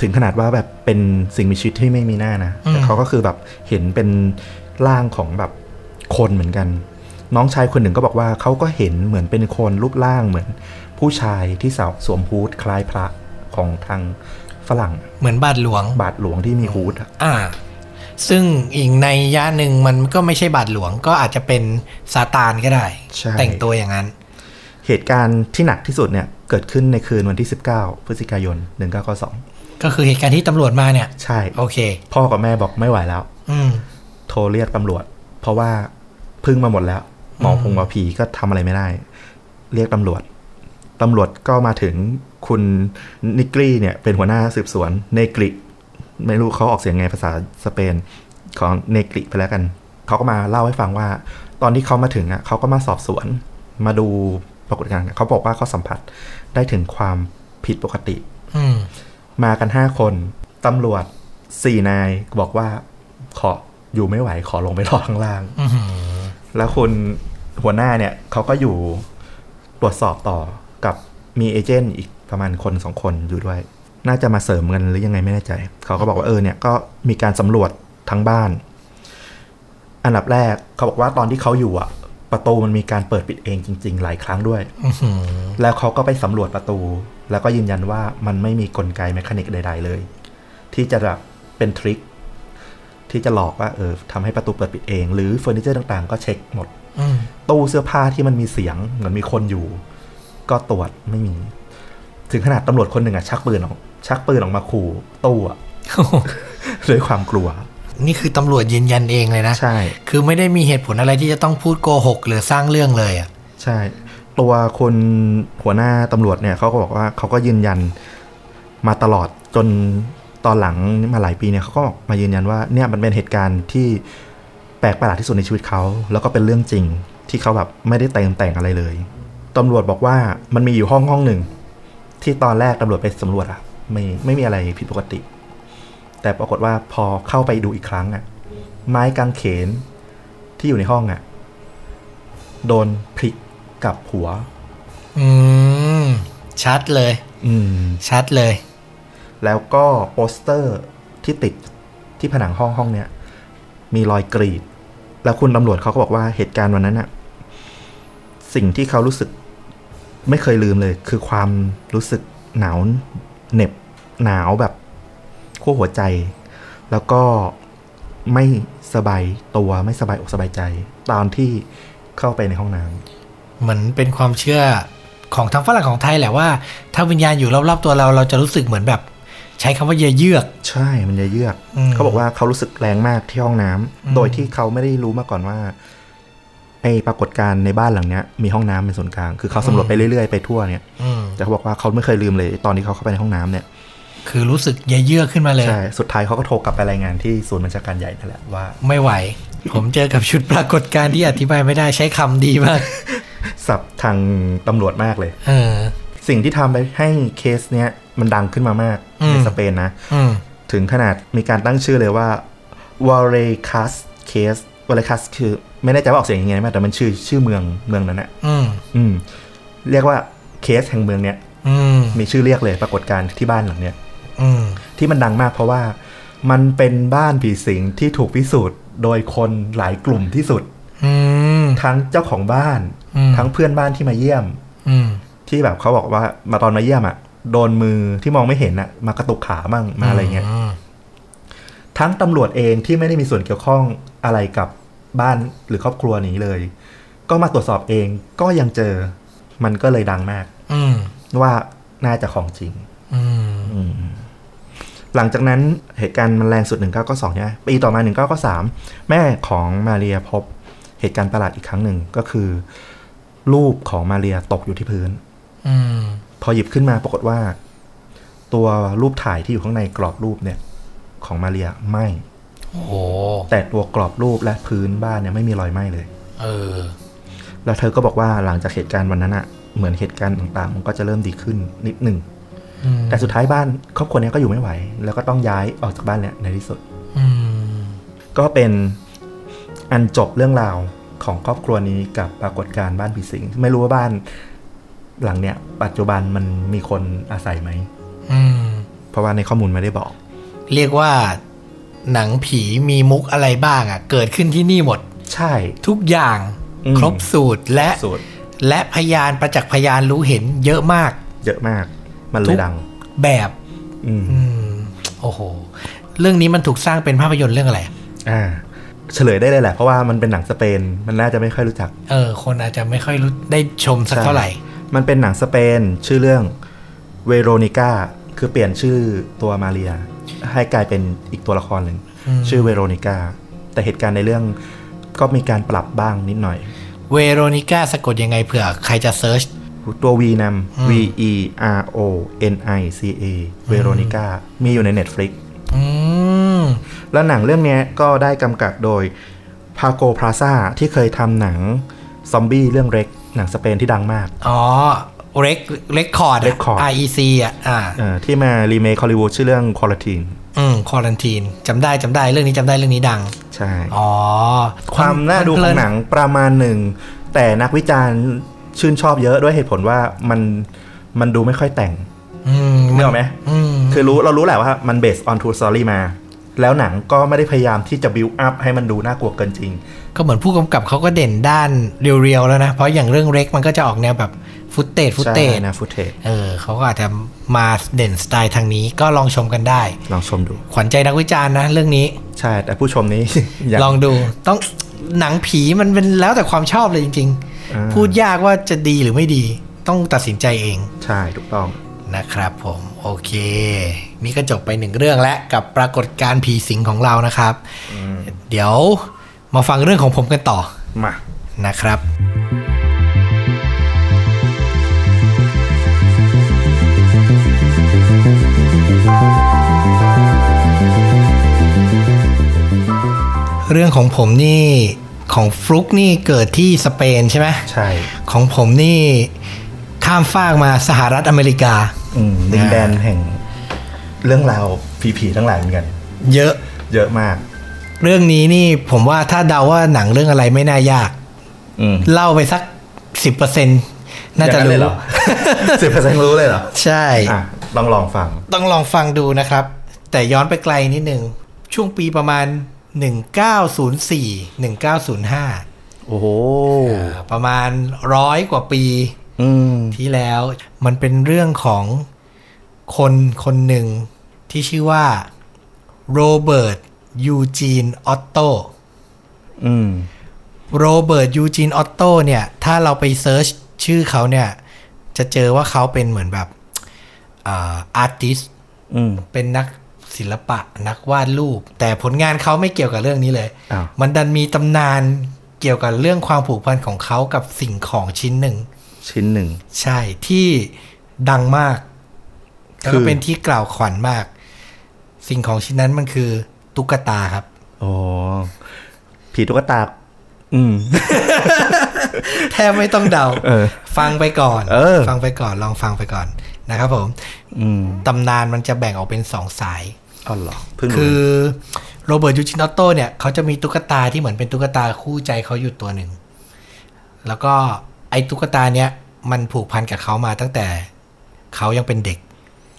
[SPEAKER 2] ถึงขนาดว่าแบบเป็นสิ่งมีชีวิตที่ไม่มีหน้านะแต่เขาก็คือแบบเห็นเป็นร่างของแบบคนเหมือนกัน น้องชายคนหนึ่งก็บอกว่าเขาก็เห็นเหมือนเป็นคนรูปร่างเหมือน ผู้ชายที่สาวสวมฮูดคล้ายพระของทางฝรั่ง
[SPEAKER 1] เหมือนบาทหลวง
[SPEAKER 2] บาทหลวงที่มีฮูดอะ
[SPEAKER 1] อ่า ซึ่งอีกในยยะหนึ่งมันก็ไม่ใช่บาทหลวงก็อาจจะเป็นซาตานก็ได้
[SPEAKER 2] ใช่
[SPEAKER 1] แต่งตัวอย่างนั้น
[SPEAKER 2] เหตุการณ์ที่หนักที่สุดเนี่ยเกิดขึ้นในคืนวันที่ 19 พฤศจิกายน 1992
[SPEAKER 1] ก็คือเหตุการณ์ที่ตำรวจมาเนี่ย
[SPEAKER 2] ใช่
[SPEAKER 1] โอเค
[SPEAKER 2] พ่อกับแม่บอกไม่ไหวแล้ว
[SPEAKER 1] อืม
[SPEAKER 2] โทรเรียกตำรวจ เพราะว่าพึ่งมาหมดแล้วหมอพงหมอผีก็ทำอะไรไม่ได้ เรียกตำรวจตำรวจก็มาถึงคุณนิกรีเนี่ย เป็นหัวหน้าสืบสวนเนกริไม่รู้เขาออกเสียงไงภาษาสเปนของเนกริไปแล้วกันเขาก็มาเล่าให้ฟังว่า ตอนที่เขามาถึงอ่ะเขาก็มาสอบสวน มาดูปรากฏการณ์เขาบอกว่าเขาสัมผัสได้ถึงความผิดปกติ
[SPEAKER 1] อืม
[SPEAKER 2] มากันห้าคน ตำรวจสี่นายบอกว่า ขออยู่ไม่ไหวขอลงไปรอข้างล่าง
[SPEAKER 1] อือหือ
[SPEAKER 2] แล้วคุณหัวหน้าเนี่ยเขาก็อยู่ตรวจสอบต่อกับมีเอเจนต์อีกประมาณคนสองคนอยู่ด้วย น่าจะมาเสริมกันหรือยังไงไม่แน่ใจ เขาก็บอกว่าเออเนี่ยก็มีการสำรวจทั้งบ้าน อันดับแรกเขาบอกว่าตอนที่เขาอยู่อ่ะ ประตูมันมีการเปิดปิดเองจริง ๆ หลายครั้งด้วย
[SPEAKER 1] อื้อหือ
[SPEAKER 2] แล้วเขาก็ไปสำรวจประตู แล้วก็ยืนยันว่ามันไม่มีกลไกแมคานิกใด ๆ เลย ที่จะแบบเป็นทริคที่จะหลอกว่าเออทำให้ประตูเปิดปิดเอง หรือเฟอร์นิเจอร์ต่างๆ ก็เช็คหมด
[SPEAKER 1] อืม
[SPEAKER 2] ตู้เสื้อผ้าที่มันมีเสียงเหมือนมีคนอยู่ ก็ตรวจไม่มี ถึงขนาดตำรวจคนหนึ่งอะชักปืนออก ชักปืนออกมาขู่ตู้อะ
[SPEAKER 1] โอ้โห
[SPEAKER 2] ด้วยความกลัว
[SPEAKER 1] นี่คือตำรวจยืนยันเองเลยนะ
[SPEAKER 2] ใช่
[SPEAKER 1] คือไม่ได้มีเหตุผลอะไรที่จะต้องพูดโกหก หรือสร้างเรื่องเลยอ่ะ
[SPEAKER 2] ใช่ ตัวคนหัวหน้าตำรวจเนี่ยเขาก็บอกว่าเขาก็ยืนยันมาตลอดจนตอนหลังมาหลายปีเนี่ยเขาก็มายืนยันว่าเนี่ยมันเป็นเหตุการณ์ที่แปลกประหลาดที่สุดในชีวิตเขา แล้วก็เป็นเรื่องจริงที่เขาแบบไม่ได้แต่งแต่งอะไรเลยตำรวจบอกว่ามันมีอยู่ห้องห้องหนึ่ง ที่ตอนแรกตำรวจไปสำรวจอะไม่ไม่มีอะไรผิดปกติ แต่ปรากฏว่าพอเข้าไปดูอีกครั้งอะไม้กางเขนที่อยู่ในห้องอะโดนพลิกกลับหัว
[SPEAKER 1] อืม ชัดเลย
[SPEAKER 2] อืม
[SPEAKER 1] ชัดเลย
[SPEAKER 2] แล้วก็โปสเตอร์ที่ติดที่ผนังห้องห้องเนี้ยมีรอยกรีด แล้วคุณตำรวจเขาก็บอกว่าเหตุการณ์วันนั้นอะสิ่งที่เขารู้สึกไม่เคยลืมเลย คือความรู้สึกหนาวเหน็บหนาวแบบขั้วหัวใจ แล้วก็ไม่สบายตัวไม่สบายอกสบายใจ ตอนที่เข้าไปในห้องน้ำ
[SPEAKER 1] เหมือนเป็นความเชื่อของทั้งฝรั่งของไทยแหละว่า ถ้าวิญญาณอยู่รอบๆตัวเราเราจะรู้สึกเหมือนแบบ ใช้คำว่าเยอะเยือก
[SPEAKER 2] ใช่ มันจะเยือก
[SPEAKER 1] อืม
[SPEAKER 2] เขาบอกว่าเขารู้สึกแรงมากที่ห้องน้ำ
[SPEAKER 1] อืม
[SPEAKER 2] โดยที่เขาไม่ได้รู้มาก่อนว่า ไอปรากฏการณ์ในบ้านหลังเนี้ย มีห้องน้ำเป็นส่วนกลาง คือเขาสำรวจไปเรื่อยๆ ไปทั่วเนี่ย
[SPEAKER 1] อืม
[SPEAKER 2] แต่เขาบอกว่าเขาไม่เคยลืมเลย ตอนที่เขาเข้าไปในห้องน้ำเนี่ย
[SPEAKER 1] คือรู้สึกเยอะเยือกขึ้นมาเลย
[SPEAKER 2] ใช่ สุดท้ายเขาก็โทรกลับไปรายงานที่ศูนย์บัญชาการใหญ่นั่นแหละว่า
[SPEAKER 1] ไม่ไหว ผมเจอกับชุดปรากฏการณ์ที่อธิบายไม่ได้ใช้คำดีมาก
[SPEAKER 2] สับทางตำรวจมากเลย
[SPEAKER 1] เออ
[SPEAKER 2] สิ่งที่ทำไปให้เคสเนี้ยมันดังขึ้นมามาก
[SPEAKER 1] อืม
[SPEAKER 2] ในสเปนนะ
[SPEAKER 1] อืม
[SPEAKER 2] ถึงขนาดมีการตั้งชื่อเลยว่า วอลเลคัสเคสวอลเลคัสคือ ไม่แน่ใจว่าออกเสียงยังไงนะแต่มันชื่อชื่อเมืองเมืองนั้นนะ
[SPEAKER 1] อืม
[SPEAKER 2] อืม เรียกว่าเคสแห่งเมืองเนี้ย
[SPEAKER 1] อืม
[SPEAKER 2] มีชื่อเรียกเลยปรากฏการณ์ที่บ้านหลังเนี้ย
[SPEAKER 1] อืม
[SPEAKER 2] ที่มันดังมากเพราะว่ามันเป็นบ้านผีสิงที่ถูกพิสูจน์โดยคนหลายกลุ่มที่สุด
[SPEAKER 1] อืม
[SPEAKER 2] ทั้งเจ้าของบ้าน
[SPEAKER 1] อืม
[SPEAKER 2] ทั้งเพื่อนบ้านที่มาเยี่ยม
[SPEAKER 1] อืม
[SPEAKER 2] ที่แบบเขาบอกว่ามาตอนมาเยี่ยมอ่ะโดนมือที่มองไม่เห็นอ่ะมากระตุกขามั่งมาอะไรเงี้ย
[SPEAKER 1] อืม
[SPEAKER 2] ทั้งตำรวจเองที่ไม่ได้มีส่วนเกี่ยวข้องอะไรกับบ้านหรือครอบครัวนี้เลย ก็มาตรวจสอบเองก็ยังเจอ มันก็เลยดังมาก
[SPEAKER 1] อืม
[SPEAKER 2] ว่าน่าจะของจริง
[SPEAKER 1] อืม
[SPEAKER 2] หลังจากนั้นเหตุการณ์มันแรงสุด 1992ใช่ไหมปีต่อมา 1993 แม่ของมาเรียพบเหตุการณ์ประหลาดอีกครั้งหนึ่งก็คือ รูปของมาเรียตกอยู่ที่พื้น
[SPEAKER 1] อืม
[SPEAKER 2] พอหยิบขึ้นมาปรากฏว่า ตัวรูปถ่ายที่อยู่ข้างในกรอบรูปเนี่ย ของมาเรียไหม
[SPEAKER 1] โอ้โห
[SPEAKER 2] แต่ตัวกรอบรูปและพื้นบ้านเนี่ยไม่มีรอยไหม้เลย
[SPEAKER 1] เออ
[SPEAKER 2] แล้วเธอก็บอกว่าหลังจากเหตุการณ์วันนั้นอะเหมือนเหตุการณ์ต่างๆ มันก็จะเริ่มดีขึ้นนิดหนึ่ง
[SPEAKER 1] อืม
[SPEAKER 2] แต่สุดท้ายบ้านครอบครัวเนี้ก็อยู่ไม่ไหว แล้วก็ต้องย้ายออกจากบ้านเนี่ยในที่สุด
[SPEAKER 1] อืม
[SPEAKER 2] ก็เป็นอันจบเรื่องราวของครอบครัวนี้กับปรากฏการณ์บ้านผีสิง ไม่รู้ว่าบ้านหลังเนี่ย ปัจจุบันมันมีคนอาศัยไหม
[SPEAKER 1] อืม
[SPEAKER 2] เพราะว่าในข้อมูลไม่ได้บอก
[SPEAKER 1] เรียกว่าหนังผีมีมุกอะไรบ้างอะ่ะ เกิดขึ้นที่นี่หมด
[SPEAKER 2] ใช่
[SPEAKER 1] ทุกอย่าง
[SPEAKER 2] อืม
[SPEAKER 1] ครบสูตรและ
[SPEAKER 2] สุด
[SPEAKER 1] และพยานประจักษ์พยานรู้เห็นเยอะมาก
[SPEAKER 2] เยอะมาก มันเลยดัง
[SPEAKER 1] แบบ
[SPEAKER 2] อืม
[SPEAKER 1] อืมโอ้โห เรื่องนี้มันถูกสร้างเป็นภาพยนตร์เรื่องอะไรอะ
[SPEAKER 2] อ่าเฉลยได้เลยแหละเพราะว่ามันเป็นหนังสเปน มันน่าจะไม่ค่อยรู้จัก
[SPEAKER 1] เออ คนอาจจะไม่ค่อยรู้ได้ชมสัก
[SPEAKER 2] ใช่
[SPEAKER 1] เท่าไหร่
[SPEAKER 2] มันเป็นหนังสเปนชื่อเรื่องเวโรนิก้าคือเปลี่ยนชื่อตัวมาเรีย ให้กลายเป็นอีกตัวละครหนึ่งชื่อเวโรนิก้าแต่เหตุการณ์ในเรื่องก็มีการปรับบ้างนิดหน่อย
[SPEAKER 1] เวโรนิก้าสะกดยังไงเผื่อใครจะเซิร์ช
[SPEAKER 2] ตัว V นำ V E R O N I C A เวโรนิก้ามีอยู่ใน Netflix
[SPEAKER 1] อืม
[SPEAKER 2] แล้วหนังเรื่องเนี้ยก็ได้กำกับโดยพาโกพราซาที่เคยทำหนังซอมบี้เรื่องเร็ก หนังสเปนที่ดังมาก
[SPEAKER 1] อ๋อ เรคเรคคอร์ด
[SPEAKER 2] Record
[SPEAKER 1] IEC อ่ะ อ่า
[SPEAKER 2] เอ่อที่มารีเมคฮอลลีวูดชื่อเรื่องควอลติน
[SPEAKER 1] อืมควอรันทีนจำได้จำได้เรื่องนี้จำได้เรื่องนี้ดัง
[SPEAKER 2] ใช่
[SPEAKER 1] อ๋อ
[SPEAKER 2] ความน่าดูของหนังประมาณหนึ่ง แต่นักวิจารณ์ชื่นชอบเยอะด้วยเหตุผลว่ามันมันดูไม่ค่อยแต่ง
[SPEAKER 1] อืม
[SPEAKER 2] นึกออกไหม
[SPEAKER 1] อืม
[SPEAKER 2] คือรู้เรารู้แหละว่ามันเบสออนทูสตอรี่มา แล้วหนังก็ไม่ได้พยายามที่จะบิวอัพให้มันดูน่ากลัวเกินจริง
[SPEAKER 1] ก็เหมือนผู้กำกับเขาก็เด่นด้านเรียวๆแล้วนะ เพราะอย่างเรื่องเร็กมันก็จะออกแนวแบบฟุตเตจฟุต
[SPEAKER 2] ใช่
[SPEAKER 1] เตจ
[SPEAKER 2] นะฟุตเทจ
[SPEAKER 1] เออเขาก็อาจจะมาเด่นสไตล์ทางนี้ก็ลองชมกันได้
[SPEAKER 2] ลองชมดู
[SPEAKER 1] ขวัญใจนักวิจารณ์นะเรื่องนี้
[SPEAKER 2] ใช่ แต่ผู้ชมนี้ ยัง
[SPEAKER 1] ลองดูต้องหนังผีมันเป็นแล้วแต่ความชอบเลยจริง
[SPEAKER 2] อ่า
[SPEAKER 1] ๆ พูดยากว่าจะดีหรือไม่ดี ต้องตัดสินใจเอง
[SPEAKER 2] ใช่ ถูกต้อง
[SPEAKER 1] นะครับผม โอเค นี่ก็จบไปหนึ่งเรื่องและกับปรากฏการณ์ผีสิงของเรานะครับ เดี๋ยวมาฟังเรื่องของผมกันต่อ
[SPEAKER 2] มา
[SPEAKER 1] นะครับ เรื่องของผมนี่ของฟลุกนี่เกิดที่สเปนใช่ไหม
[SPEAKER 2] ใช่
[SPEAKER 1] ของผมนี่ข้ามฟากมาสหรัฐอเมริกา
[SPEAKER 2] อืมดินแดนแห่ง เรื่องราวผีๆทั้งหลายเหมือนกัน
[SPEAKER 1] เยอะ
[SPEAKER 2] เยอะมาก
[SPEAKER 1] เรื่องนี้นี่ผมว่าถ้าเดาว่าหนังเรื่องอะไรไม่น่ายาก
[SPEAKER 2] อืม
[SPEAKER 1] เล่าไปสักสิบเปอร์เซ็นต์น่าจะรู้
[SPEAKER 2] สิบเปอร์เซ็นต์รู้เลยเหรอ
[SPEAKER 1] ใช่
[SPEAKER 2] อ่ะลองลองฟัง
[SPEAKER 1] ต้องลองฟังดูนะครับ แต่ย้อนไปไกลนิดหนึ่ง ช่วงปีประมาณ 1904 1905
[SPEAKER 2] โอ้โห
[SPEAKER 1] ประมาณร้อยกว่าปี
[SPEAKER 2] อืม
[SPEAKER 1] ที่แล้ว มันเป็นเรื่องของคนคนหนึ่งที่ชื่อว่าโรเบิร์ตยูจีนออตโต
[SPEAKER 2] อืม
[SPEAKER 1] โรเบิร์ตยูจีนออตโตเนี่ย ถ้าเราไปเซิร์ชชื่อเขาเนี่ย จะเจอว่าเขาเป็นเหมือนแบบอาร์ติส
[SPEAKER 2] อืม
[SPEAKER 1] เป็นนักศิลปะนักวาดรูป แต่ผลงานเขาไม่เกี่ยวกับเรื่องนี้เลย
[SPEAKER 2] อ้าว
[SPEAKER 1] มันดันมีตำนานเกี่ยวกับเรื่องความผูกพันของเขากับสิ่งของชิ้นหนึ่ง
[SPEAKER 2] ชิ้นหนึ่ง
[SPEAKER 1] ใช่ที่ดังมาก
[SPEAKER 2] คือ
[SPEAKER 1] แล้วก็เป็นที่กล่าวขวัญมาก สิ่งของชิ้นนั้นมันคือตุ๊กตาครับ
[SPEAKER 2] โอ้ผีตุ๊กตา อืม
[SPEAKER 1] แทบไม่ต้องเดา
[SPEAKER 2] เออ
[SPEAKER 1] ฟังไปก่อน
[SPEAKER 2] เออ
[SPEAKER 1] ฟังไปก่อนลองฟังไปก่อนนะครับผม
[SPEAKER 2] อืม
[SPEAKER 1] ตำนานมันจะแบ่งออกเป็นสองสาย
[SPEAKER 2] อ๋อเหรอเพิ่ง
[SPEAKER 1] คือ
[SPEAKER 2] รู้
[SPEAKER 1] โรเบิร์ตยูจินอตโต้เนี่ยเขาจะมีตุ๊กตาที่เหมือนเป็นตุ๊กตาคู่ใจเขาอยู่ตัวหนึ่ง แล้วก็ไอ้ตุ๊กตาเนี่ยมันผูกพันกับเขามาตั้งแต่เขายังเป็นเด็ก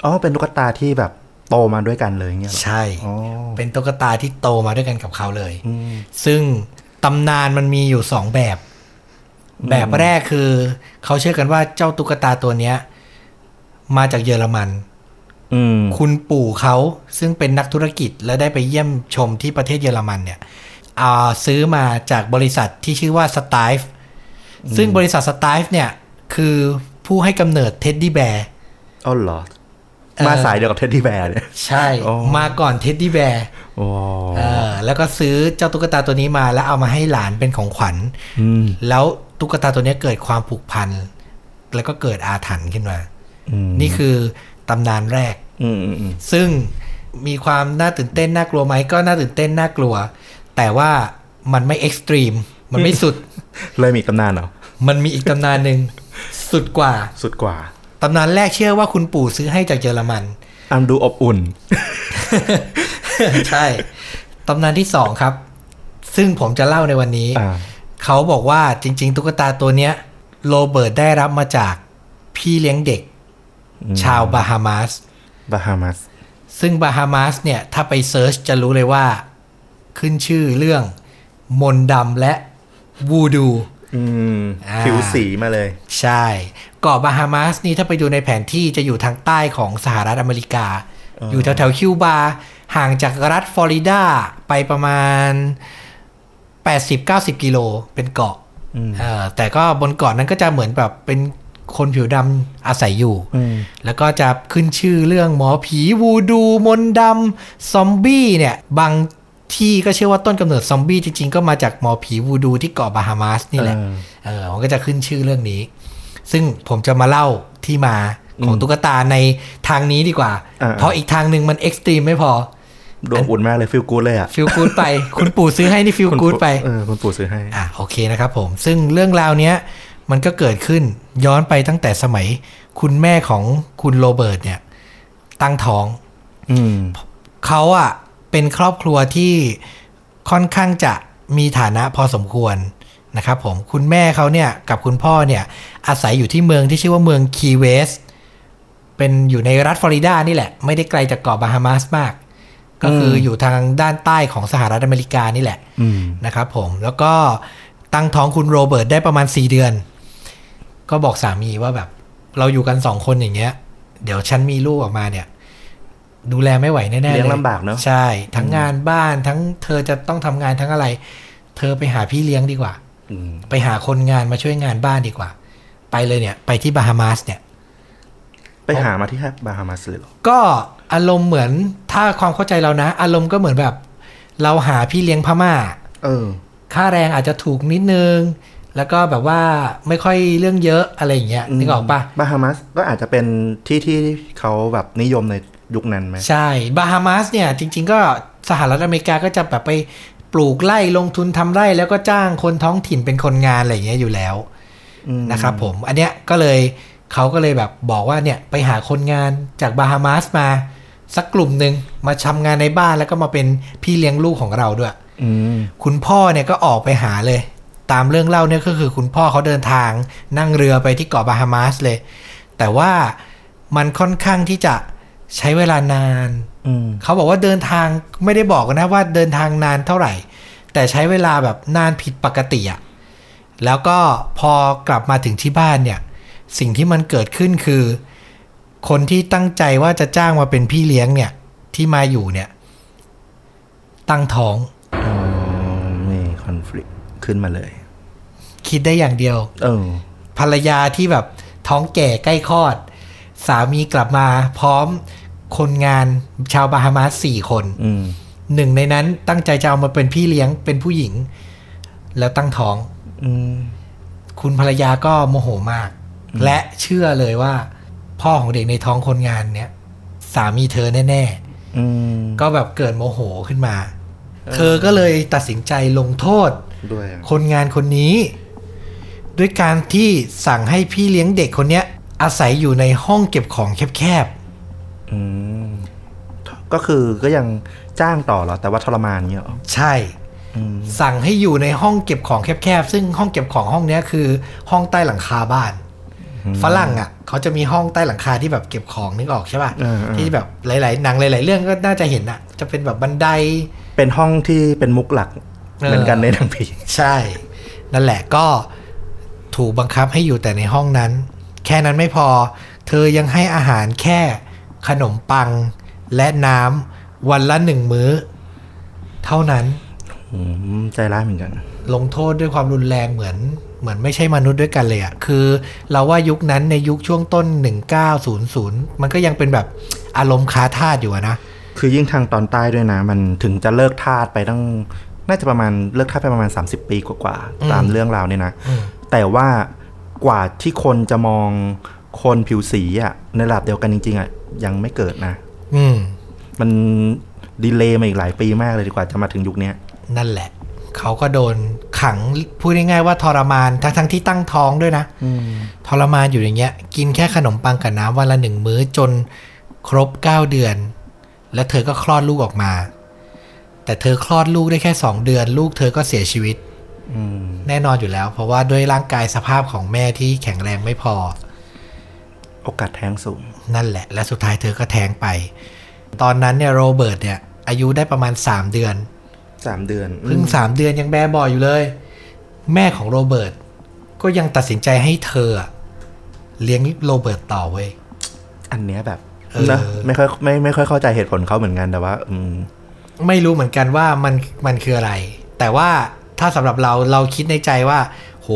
[SPEAKER 2] อ๋อ เป็นตุ๊กตาที่แบบโตมาด้วยกันเลยเงี้ยเหรอ
[SPEAKER 1] ใช่
[SPEAKER 2] อ๋อ
[SPEAKER 1] เป็นตุ๊กตาที่โตมาด้วยกันกับเขาเลย
[SPEAKER 2] อืม
[SPEAKER 1] ซึ่งตำนานมันมีอยู่สองแบบ แบบแรกคือ เขาเชื่อกันว่าเจ้าตุ๊กตาตัวเนี้ยมาจากเยอรมัน
[SPEAKER 2] อืม
[SPEAKER 1] คุณปู่เขาซึ่งเป็นนักธุรกิจและได้ไปเยี่ยมชมที่ประเทศเยอรมันเนี่ยอ่าซื้อมาจากบริษัทที่ชื่อว่าสไตฟ์ซึ่งบริษัทสไตฟ์เนี่ย คือผู้ให้กำเนิดเท็ดดี้แบร์
[SPEAKER 2] อ๋อเหรอ
[SPEAKER 1] เอ่อ
[SPEAKER 2] มาสายเดียวกับเท็ดดี้แบร์เนี่ย
[SPEAKER 1] ใช่
[SPEAKER 2] อ๋อ
[SPEAKER 1] มาก่อนเท็ดดี้แบร์
[SPEAKER 2] โอ้
[SPEAKER 1] แล้วก็ซื้อเจ้าตุ๊กตาตัวนี้มาแล้วเอามาให้หลานเป็นของขวัญ
[SPEAKER 2] อืม
[SPEAKER 1] แล้วตุ๊กตาตัวเนี้ยเกิดความผูกพัน แล้วก็เกิดอาถรรพ์ขึ้นมา
[SPEAKER 2] อืม
[SPEAKER 1] นี่คือตำนานแรก
[SPEAKER 2] อืมอืมอืม
[SPEAKER 1] ซึ่งมีความน่าตื่นเต้นน่ากลัวไหมก็น่าตื่นเต้นน่ากลัว แต่ว่ามันไม่เอ็กซ์ตรีม มันไม่สุด
[SPEAKER 2] เลยมีอีกตำนานเหรอ
[SPEAKER 1] มันมีอีกตำนานหนึ่งสุดกว่า
[SPEAKER 2] สุดกว่า
[SPEAKER 1] ตำนานแรกเชื่อว่าคุณปู่ซื้อให้จากเยอรมัน
[SPEAKER 2] อันดูอบอุ่น
[SPEAKER 1] ใช่ตำนานที่สองครับ ซึ่งผมจะเล่าในวันนี้
[SPEAKER 2] อ่า
[SPEAKER 1] เขาบอกว่าจริง ๆ ตุ๊กตาตัวเนี้ยโรเบิร์ตได้รับมาจากพี่เลี้ยงเด็ก ชาวบาฮามาส
[SPEAKER 2] บาฮามัส
[SPEAKER 1] ซึ่งบาฮามาสเนี่ย ถ้าไปเซิร์ชจะรู้เลยว่า ขึ้นชื่อเรื่อง มนต์ดำและวูดู
[SPEAKER 2] อืม
[SPEAKER 1] อ่า
[SPEAKER 2] ผิวสีมาเลย
[SPEAKER 1] ใช่เกาะบาฮามาสนี่ถ้าไปดูในแผนที่จะอยู่ทางใต้ของสหรัฐอเมริกา อยู่แถวแถวๆคิวบา ห่างจากรัฐฟลอริดาไปประมาณ 80-90 กิโลเป็นเกาะเอ่อแต่ก็บนเกาะนั้นก็จะเหมือนแบบเป็น คนผิวดำอาศัยอยู่
[SPEAKER 2] อืม
[SPEAKER 1] แล้วก็จะขึ้นชื่อเรื่องหมอผีวูดูมนต์ดำซอมบี้เนี่ย บางที่ก็เชื่อว่าต้นกำเนิดซอมบี้จริงๆ ก็มาจากหมอผีวูดูที่เกาะบาฮามาสนี่แหละ
[SPEAKER 2] เออ
[SPEAKER 1] เออมันก็จะขึ้นชื่อเรื่องนี้ ซึ่งผมจะมาเล่าที่มาของตุ๊กตาในทางนี้ดีกว่า
[SPEAKER 2] อ่า
[SPEAKER 1] เพราะอีกทางหนึ่งมันเอ็กซ์ตรีมไม่พอ
[SPEAKER 2] ดวงอุ่นมากเลยฟิลกูดเลยอ่ะ
[SPEAKER 1] ฟิลกูดไป คุณปู่ซื้อให้นี่ฟิล
[SPEAKER 2] คุณ
[SPEAKER 1] กูด
[SPEAKER 2] ปู่
[SPEAKER 1] ไป
[SPEAKER 2] เออคุณปู่ซื้อให้
[SPEAKER 1] อ่ะโอเคนะครับผม ซึ่งเรื่องราวเนี้ยมันก็เกิดขึ้นย้อนไปตั้งแต่สมัย คุณแม่ของคุณโรเบิร์ตเนี่ย ตั้งท้อง
[SPEAKER 2] อืม
[SPEAKER 1] เขาอ่ะเป็นครอบครัวที่ค่อนข้างจะมีฐานะพอสมควรนะครับผมคุณแม่เขาเนี่ยกับคุณพ่อเนี่ยอาศัยอยู่ที่เมืองที่ชื่อว่าเมืองคีเวส เป็นอยู่ในรัฐฟลอริดานี่แหละ ไม่ได้ไกลจากเกาะบาฮามาสมาก ก็คืออยู่ทางด้านใต้ของสหรัฐอเมริกานี่แหละ
[SPEAKER 2] อืม
[SPEAKER 1] นะครับผมแล้วก็ตั้งท้องคุณโรเบิร์ตได้ประมาณ 4 เดือน ก็บอกสามีว่าแบบ เราอยู่กัน 2 คนอย่างเงี้ย เดี๋ยวฉันมีลูกออกมาเนี่ย ดูแลไม่ไหวแน่ๆ
[SPEAKER 2] เลี้ยงลำบากเนอะ
[SPEAKER 1] ใช่ ทั้งงานบ้านทั้งเธอจะต้องทำงานทั้งอะไร เธอไปหาพี่เลี้ยงดีกว่า
[SPEAKER 2] อืม
[SPEAKER 1] ไปหาคนงานมาช่วยงานบ้านดีกว่า ไปเลยเนี่ย ไปที่บาฮามาสเนี่ย
[SPEAKER 2] ไปหามาที่บาฮามาสเลยเหรอ
[SPEAKER 1] ก็อารมณ์เหมือนถ้าความเข้าใจเรานะ อารมณ์ก็เหมือนแบบ เราหาพี่เลี้ยงพม่า
[SPEAKER 2] เออ
[SPEAKER 1] ค่าแรงอาจจะถูกนิดนึง แล้วก็แบบว่าไม่ค่อยเรื่องเยอะอะไรอย่างเงี้ยนึกออกปะ
[SPEAKER 2] บาฮามาสก็อาจจะเป็นที่ที่เขาแบบนิยมในยุคนั้นไหม
[SPEAKER 1] ใช่ บาฮามาสเนี่ย จริง ๆ ก็สหรัฐอเมริกาก็จะแบบไปปลูกไร่ลงทุนทำไร่แล้วก็จ้างคนท้องถิ่นเป็นคนงานอะไรอย่างเงี้ยอยู่แล้ว
[SPEAKER 2] อืม
[SPEAKER 1] นะครับผม อันเนี้ยก็เลยเขาก็เลยแบบบอกว่าเนี่ยไปหาคนงานจากบาฮามาสมาสักกลุ่มหนึ่งมาทำงานในบ้านแล้วก็มาเป็นพี่เลี้ยงลูกของเราด้วย
[SPEAKER 2] อืม
[SPEAKER 1] คุณพ่อเนี่ยก็ออกไปหาเลย ตามเรื่องเล่าเนี่ยก็คือคุณพ่อเขาเดินทาง นั่งเรือไปที่เกาะบาฮามาสเลย แต่ว่ามันค่อนข้างที่จะใช้เวลานาน
[SPEAKER 2] อืม
[SPEAKER 1] เขาบอกว่าเดินทางไม่ได้บอกนะว่าเดินทางนานเท่าไหร่ แต่ใช้เวลาแบบนานผิดปกติอะแล้วก็พอกลับมาถึงที่บ้านเนี่ย สิ่งที่มันเกิดขึ้นคือ คนที่ตั้งใจว่าจะจ้างมาเป็นพี่เลี้ยงเนี่ย ที่มาอยู่เนี่ย ตั้งท้อง
[SPEAKER 2] อ๋อนี่คอนฟ lict ขึ้นมาเลย
[SPEAKER 1] คิดได้อย่างเดียว
[SPEAKER 2] เออ
[SPEAKER 1] ภรรยาที่แบบท้องแก่ใกล้คลอด สามีกลับมาพร้อมคนงานชาวบาฮามาสสี่คน
[SPEAKER 2] อืม
[SPEAKER 1] หนึ่งในนั้นตั้งใจจะเอามาเป็นพี่เลี้ยงเป็นผู้หญิง แล้วตั้งท้อง
[SPEAKER 2] อืม
[SPEAKER 1] คุณภรรยาก็โมโหมาก และเชื่อเลยว่า พ่อของเด็กในท้องคนงานเนี่ย สามีเธอแน่
[SPEAKER 2] อืม
[SPEAKER 1] ๆ ก็แบบเกิดโมโหขึ้นมา เธอก็เลยตัดสินใจลงโทษ
[SPEAKER 2] ด้วย
[SPEAKER 1] คนงานคนนี้ ด้วยการที่สั่งให้พี่เลี้ยงเด็กคนเนี้ย อาศัยอยู่ในห้องเก็บของแคบ
[SPEAKER 2] อืม ก็คือก็ยังจ้างต่อเหรอ แต่ว่าทรมานเงี้ยเหรอ
[SPEAKER 1] ๆ ใช่
[SPEAKER 2] อืม
[SPEAKER 1] สั่งให้อยู่ในห้องเก็บของแคบๆ ซึ่งห้องเก็บของห้องเนี้ยคือห้องใต้หลังคาบ้าน ฝรั่งอ่ะ เขาจะมีห้องใต้หลังคาที่แบบเก็บของนึกออกใช่ป่ะ
[SPEAKER 2] เออเออ
[SPEAKER 1] ที่แบบหลายๆหนังหลาย ๆ เรื่องก็น่าจะเห็นอ่ะ จะเป็นแบบบันได
[SPEAKER 2] เป็นห้องที่เป็นมุกหลัก
[SPEAKER 1] เออ
[SPEAKER 2] เหมือนกันในหนังผี
[SPEAKER 1] ใช่ นั่นแหละก็ถูกบังคับให้อยู่แต่ในห้องนั้น แค่นั้นไม่พอ เธอยังให้อาหารแค่ขนมปังและน้ำวันละหนึ่งมื้อ เท่านั้น
[SPEAKER 2] อืม ใจร้ายเหมือนกัน
[SPEAKER 1] ลงโทษด้วยความรุนแรงเหมือน เหมือนไม่ใช่มนุษย์ด้วยกันเลยอะคือ เราว่ายุคนั้นในยุคช่วงต้น 1900 มันก็ยังเป็นแบบอารมณ์ค้าทาสอยู่อะนะ
[SPEAKER 2] คือยิ่งทางตอนใต้ด้วยนะ มันถึงจะเลิกทาสไปตั้ง น่าจะประมาณเลิกทาสไปประมาณ 30 ปีกว่า
[SPEAKER 1] อืม
[SPEAKER 2] ๆตามเรื่องราวเนี่ยนะ
[SPEAKER 1] อืม
[SPEAKER 2] แต่ว่ากว่าที่คนจะมองคนผิวสีอะในระดับเดียวกันจริง ๆอะยังไม่เกิดนะ
[SPEAKER 1] อืม
[SPEAKER 2] มันดีเลย์มาอีกหลายปีมากเลยดีกว่าจะมาถึงยุคเนี้ย
[SPEAKER 1] นั่นแหละ เขาก็โดนขังพูดง่ายๆว่าทรมานทั้งทั้งๆที่ตั้งท้องด้วยนะ ทรมานอยู่อย่างเงี้ย กินแค่ขนมปังกับน้ำวันละหนึ่งมื้อจนครบ 9 เดือน และเธอก็คลอดลูกออกมา แต่เธอคลอดลูกได้แค่ 2 เดือน ลูกเธอก็เสียชีวิต
[SPEAKER 2] อืม
[SPEAKER 1] แน่นอนอยู่แล้ว เพราะว่าด้วยร่างกายสภาพของแม่ที่แข็งแรงไม่พอ
[SPEAKER 2] โอกาสแท้งสูง
[SPEAKER 1] นั่นแหละ และสุดท้ายเธอก็แท้งไป ตอนนั้นเนี่ยโรเบิร์ตเนี่ย อายุได้ประมาณ 3 เดือน
[SPEAKER 2] สามเดือน
[SPEAKER 1] เพิ่งสามเดือนยังแบเบออยู่เลย แม่ของโรเบิร์ตก็ยังตัดสินใจให้เธออะเลี้ยงโรเบิร์ตต่อเว้ย
[SPEAKER 2] อันเนี้ยแบบ
[SPEAKER 1] เออ
[SPEAKER 2] นะไม่ค่อยไม่ไม่ค่อยเข้าใจเหตุผลเขาเหมือนกันแต่ว่า อืม
[SPEAKER 1] ไม่รู้เหมือนกันว่ามันมันคืออะไร แต่ว่าถ้าสำหรับเราเราคิดในใจว่า โห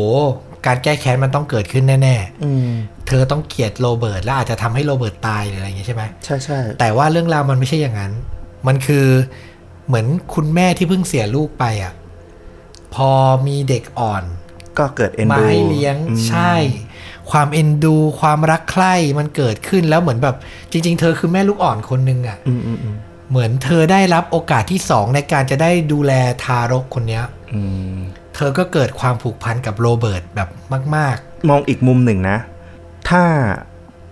[SPEAKER 1] การแก้แค้นมันต้องเกิดขึ้นแน่
[SPEAKER 2] อืม
[SPEAKER 1] ๆ เธอต้องเกลียดโรเบิร์ตและอาจจะทำให้โรเบิร์ตตายหรืออะไรอย่างเงี้ยใช่ไหม
[SPEAKER 2] ใช่ใช่
[SPEAKER 1] แต่ว่าเรื่องราวมันไม่ใช่อย่างนั้น มันคือเหมือนคุณแม่ที่เพิ่งเสียลูกไปอ่ะ พอมีเด็กอ่อน
[SPEAKER 2] ก็เกิดเอ็น
[SPEAKER 1] มา
[SPEAKER 2] ดู
[SPEAKER 1] ให้เลี้ยง
[SPEAKER 2] อืม
[SPEAKER 1] ใช่ ความเอ็นดู ความรักใคร่มันเกิดขึ้นแล้วเหมือนแบบ จริง ๆ เธอคือแม่ลูกอ่อนคนหนึงอ่ะ
[SPEAKER 2] อืมอืมอืม
[SPEAKER 1] เหมือนเธอได้รับโอกาสที่สองในการจะได้ดูแลทารกคนเนี้ย
[SPEAKER 2] อืม
[SPEAKER 1] เธอก็เกิดความผูกพันกับโรเบิร์ตแบบมาก
[SPEAKER 2] มองอีกมุมหนึ่งนะ ถ้า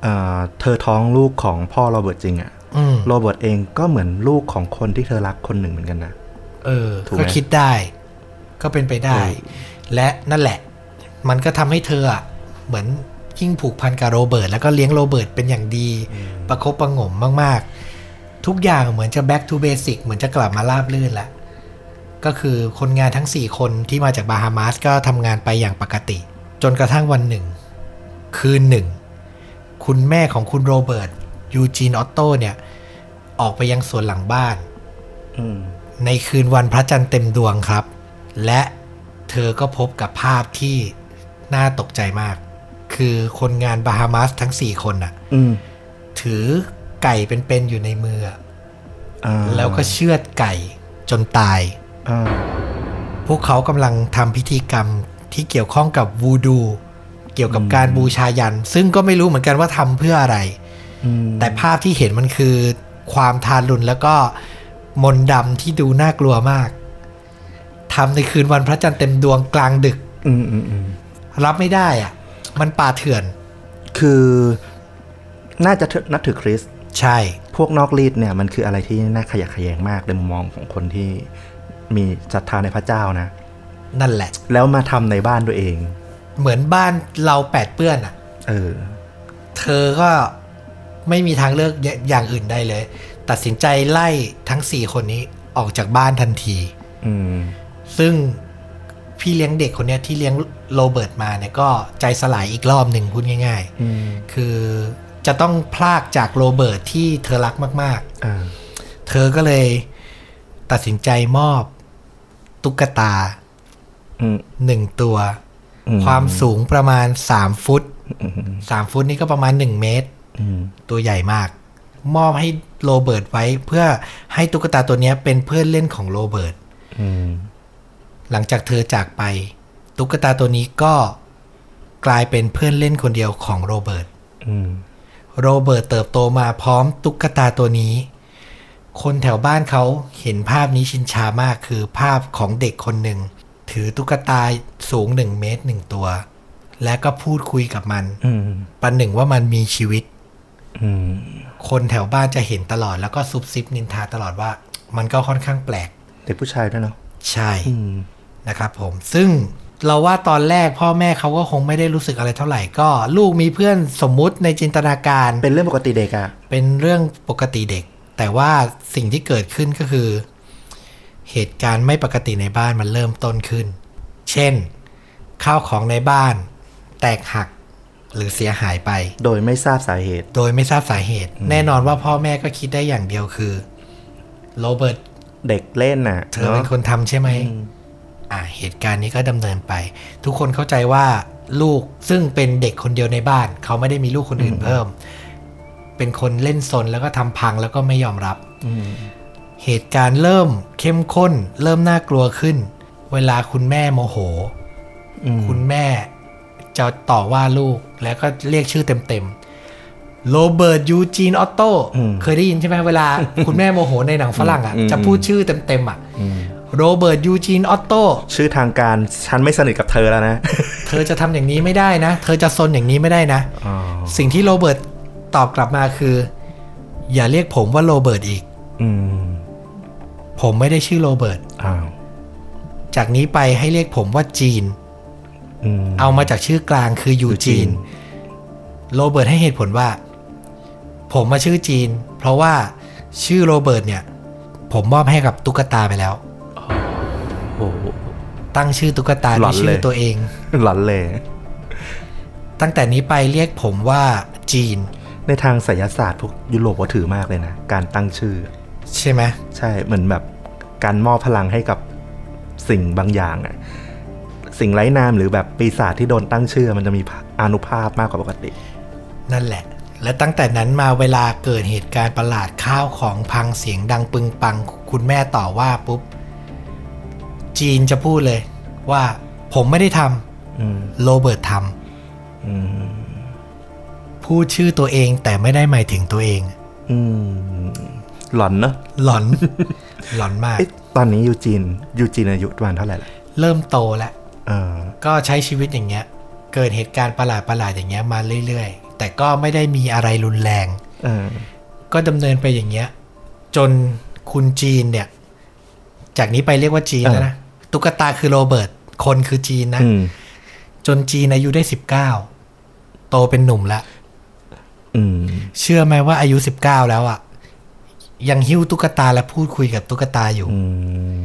[SPEAKER 2] เอ่อเธอท้องลูกของพ่อโรเบิร์ตจริงอะ
[SPEAKER 1] ๆ อืม
[SPEAKER 2] โรเบิร์ตเองก็เหมือนลูกของคนที่เธอรักคนหนึ่งเหมือนกันนะ
[SPEAKER 1] เออ
[SPEAKER 2] ถูกไหม
[SPEAKER 1] ก็คิดได้ ก็เป็นไปได้
[SPEAKER 2] เออ
[SPEAKER 1] และนั่นแหละ มันก็ทำให้เธออะเหมือนยิ่งผูกพันกับโรเบิร์ตแล้วก็เลี้ยงโรเบิร์ตเป็นอย่างดี ประคบประหงมมาก ๆ ทุกอย่างเหมือนจะ back to basic เหมือนจะกลับมาราบรื่นแล้ว ก็คือคนงานทั้ง 4 คนที่มาจากบาฮามาสก็ทำงานไปอย่างปกติ จนกระทั่งวันหนึ่ง คืนหนึ่ง คุณแม่ของคุณโรเบิร์ตยูจีนออตโตเนี่ย ออกไปยังสวนหลังบ้าน
[SPEAKER 2] อืม
[SPEAKER 1] ในคืนวันพระจันทร์เต็มดวงครับ และเธอก็พบกับภาพที่น่าตกใจมาก คือคนงานบาฮามาสทั้ง 4 คนน่ะ
[SPEAKER 2] อืม
[SPEAKER 1] ถือไก่เป็นๆอยู่ในมืออะ
[SPEAKER 2] อ่า
[SPEAKER 1] แล้วก็เชือดไก่จนตาย
[SPEAKER 2] อ่า
[SPEAKER 1] พวกเขากำลังทำพิธีกรรมที่เกี่ยวข้องกับวูดู เกี่ยวกับการบูชายัน ซึ่งก็ไม่รู้เหมือนกันว่าทำเพื่ออะไร
[SPEAKER 2] อืม
[SPEAKER 1] แต่ภาพที่เห็นมันคือความทารุณแล้วก็มนต์ดำที่ดูน่ากลัวมากทำในคืนวันพระจันทร์เต็มดวงกลางดึก
[SPEAKER 2] อืมอืมอืม
[SPEAKER 1] รับไม่ได้อะมันป่าเถื่อน
[SPEAKER 2] คือน่าจะถือนับถือคริสต์
[SPEAKER 1] ใช่
[SPEAKER 2] พวกนอกรีดเนี่ยมันคืออะไรที่น่าขยะแขยงมากในมุมมองของคนที่มีศรัทธาในพระเจ้านะ
[SPEAKER 1] นั่นแหละ
[SPEAKER 2] แล้วมาทำในบ้านตัวเอง
[SPEAKER 1] เหมือนบ้านเราแปดเปื้อนอ่ะ
[SPEAKER 2] เออ
[SPEAKER 1] เธอก็ไม่มีทางเลือกอย่อย่างอื่นได้เลย ตัดสินใจไล่ทั้งสี่คนนี้ออกจากบ้านทันที
[SPEAKER 2] อืม
[SPEAKER 1] ซึ่งพี่เลี้ยงเด็กคนเนี้ยที่เลี้ยงโรเบิร์ตมาเนี่ยก็ใจสลายอีกรอบหนึ่งพูดง่าย ๆ
[SPEAKER 2] อืม
[SPEAKER 1] คือจะต้องพลากจากโรเบิร์ตที่เธอรักมาก
[SPEAKER 2] อ่า
[SPEAKER 1] ๆ เธอก็เลยตัดสินใจมอบตุ๊กตา
[SPEAKER 2] อืม
[SPEAKER 1] หนึ่งตัว
[SPEAKER 2] อื
[SPEAKER 1] ความสูงประมาณ 3 ฟุต
[SPEAKER 2] อืมอืม
[SPEAKER 1] 3 ฟุตนี่ก็ประมาณ 1 เมตร
[SPEAKER 2] อืม
[SPEAKER 1] ตัวใหญ่มาก มอบให้โรเบิร์ตไว้เพื่อให้ตุ๊กตาตัวเนี้ยเป็นเพื่อนเล่นของโรเบิร์ต
[SPEAKER 2] อืม
[SPEAKER 1] หลังจากเธอจากไป ตุ๊กตาตัวนี้ก็กลายเป็นเพื่อนเล่นคนเดียวของโรเบิร์ต
[SPEAKER 2] อืม
[SPEAKER 1] โรเบิร์ตเติบโตมาพร้อมตุ๊กตาตัวนี้ คนแถวบ้านเขาเห็นภาพนี้ชินชามากคือภาพของเด็กคนหนึ่ง ถือตุ๊กตาสูงหนึ่งเมตรหนึ่งตัว และก็พูดคุยกับมัน
[SPEAKER 2] อืม
[SPEAKER 1] ประหนึ่งว่ามันมีชีวิต
[SPEAKER 2] อืม
[SPEAKER 1] คนแถวบ้านจะเห็นตลอดแล้วก็ซุบซิบนินทาตลอดว่า มันก็ค่อนข้างแปลก
[SPEAKER 2] เด็กผู้ชายด้วยเนาะ
[SPEAKER 1] ใช่
[SPEAKER 2] อืม
[SPEAKER 1] นะครับผม ซึ่งเราว่าตอนแรกพ่อแม่เขาก็คงไม่ได้รู้สึกอะไรเท่าไหร่ก็ลูกมีเพื่อนสมมุติในจินตนาการ
[SPEAKER 2] เป็นเรื่องปกติเด็กอะ
[SPEAKER 1] เป็นเรื่องปกติเด็ก แต่ว่าสิ่งที่เกิดขึ้นก็คือ เหตุการณ์ไม่ปกติในบ้านมันเริ่มต้นขึ้น เช่น ข้าวของในบ้าน แตกหักหรือเสียหายไป
[SPEAKER 2] โดยไม่ทราบสาเหตุ
[SPEAKER 1] โดยไม่ทราบสาเหตุ แน่นอนว่าพ่อแม่ก็คิดได้อย่างเดียวคือโรเบิร์ต
[SPEAKER 2] เด็กเล่นน่ะ
[SPEAKER 1] เธอเป็นคนทำใช่ไหม
[SPEAKER 2] อืม
[SPEAKER 1] อ่าเหตุการณ์นี้ก็ดำเนินไป ทุกคนเข้าใจว่าลูกซึ่งเป็นเด็กคนเดียวในบ้าน เขาไม่ได้มีลูกคนอื่นเพิ่ม เป็นคนเล่นซนแล้วก็ทำพังแล้วก็ไม่ยอมรับ
[SPEAKER 2] อืม
[SPEAKER 1] เหตุการณ์เริ่มเข้มข้น เริ่มน่ากลัวขึ้น เวลาคุณแม่โมโห
[SPEAKER 2] อืม
[SPEAKER 1] คุณแม่จะต่อว่าลูกแล้วก็เรียกชื่อเต็มๆโรเบิร์ตยูจีนออตโต้
[SPEAKER 2] อืม
[SPEAKER 1] เคยได้ยินใช่ไหมเวลา คุณแม่โมโหในหนังฝรั่งอ่ะ
[SPEAKER 2] อืม
[SPEAKER 1] จะพูดชื่อเต็มๆอ่ะ
[SPEAKER 2] อืม
[SPEAKER 1] โรเบิร์ตยูจีนออตโต้
[SPEAKER 2] ชื่อทางการฉันไม่สนิทกับเธอแล้วนะ
[SPEAKER 1] เธอจะทำอย่างนี้ไม่ได้นะ เธอจะซนอย่างนี้ไม่ได้นะ
[SPEAKER 2] อ๋อ
[SPEAKER 1] สิ่งที่โรเบิร์ตตอบกลับมาคือ อย่าเรียกผมว่าโรเบิร์ตอีก
[SPEAKER 2] อืม
[SPEAKER 1] ผมไม่ได้ชื่อโรเบิร์ต
[SPEAKER 2] อ้าว
[SPEAKER 1] จากนี้ไปให้เรียกผมว่าจีน
[SPEAKER 2] อืม
[SPEAKER 1] เอามาจากชื่อกลางคือยูจีน
[SPEAKER 2] ยูจี
[SPEAKER 1] โรเบิร์ตให้เหตุผลว่า ผมมาชื่อจีน เพราะว่าชื่อโรเบิร์ตเนี่ย ผมมอบให้กับตุ๊กตาไปแล้ว
[SPEAKER 2] โอ้โห
[SPEAKER 1] ตั้งชื่อตุ๊กตา
[SPEAKER 2] หล
[SPEAKER 1] ด้
[SPEAKER 2] อ
[SPEAKER 1] วน ยชื่อ
[SPEAKER 2] เลย
[SPEAKER 1] ตัวเอง
[SPEAKER 2] หลอนเลย
[SPEAKER 1] ตั้งแต่นี้ไปเรียกผมว่าจีน
[SPEAKER 2] ในทางไสยศาสตร์พวกยุโรปก็ถือมากเลยนะ การตั้งชื่อ
[SPEAKER 1] ใช่ไหม
[SPEAKER 2] ใช่ เหมือนแบบการมอบพลังให้กับสิ่งบางอย่างอะสิ่งไร้นามหรือแบบปีศาจที่โดนตั้งชื่อ มันจะมีอานุภาพมากกว่าปกติ
[SPEAKER 1] นั่นแหละ และตั้งแต่นั้นมาเวลาเกิดเหตุการณ์ประหลาดข้าวของพังเสียงดังปึงปัง คุณแม่ต่อว่าปุ๊บ จีนจะพูดเลยว่าผมไม่ได้ท
[SPEAKER 2] อืม
[SPEAKER 1] ำโรเบิร์ตท
[SPEAKER 2] อืม
[SPEAKER 1] ำพูดชื่อตัวเองแต่ไม่ได้หมายถึงตัวเอง
[SPEAKER 2] อืมหลอนเนอะ
[SPEAKER 1] หลอน หลอนมาก
[SPEAKER 2] เอ๊ะตอนนี้ยูจีนยูจีนอายุประมาณเท่าไหร่ละ
[SPEAKER 1] เริ่มโตแล้ว
[SPEAKER 2] เออ
[SPEAKER 1] ก็ใช้ชีวิตอย่างเงี้ย เกิดเหตุการณ์ประหลาดประหลาดๆอย่างเงี้ยมาเรื่อยๆ แต่ก็ไม่ได้มีอะไรรุนแรง
[SPEAKER 2] เออ
[SPEAKER 1] ก็ดำเนินไปอย่างเงี้ย จนคุณจีนเนี่ย จากนี้ไปเรียกว่าจีนแล้วนะ ตุ๊กตาคือโรเบิร์ต คนคือจีนนะ
[SPEAKER 2] อืม
[SPEAKER 1] จนจีนอายุได้สิบเก้าโตเป็นหนุ่มละ
[SPEAKER 2] อืม
[SPEAKER 1] เชื่อไหมว่าอายุสิบเก้าแล้วอะยังหิ้วตุ๊กตาและพูดคุยกับตุ๊กตาอยู่
[SPEAKER 2] อืม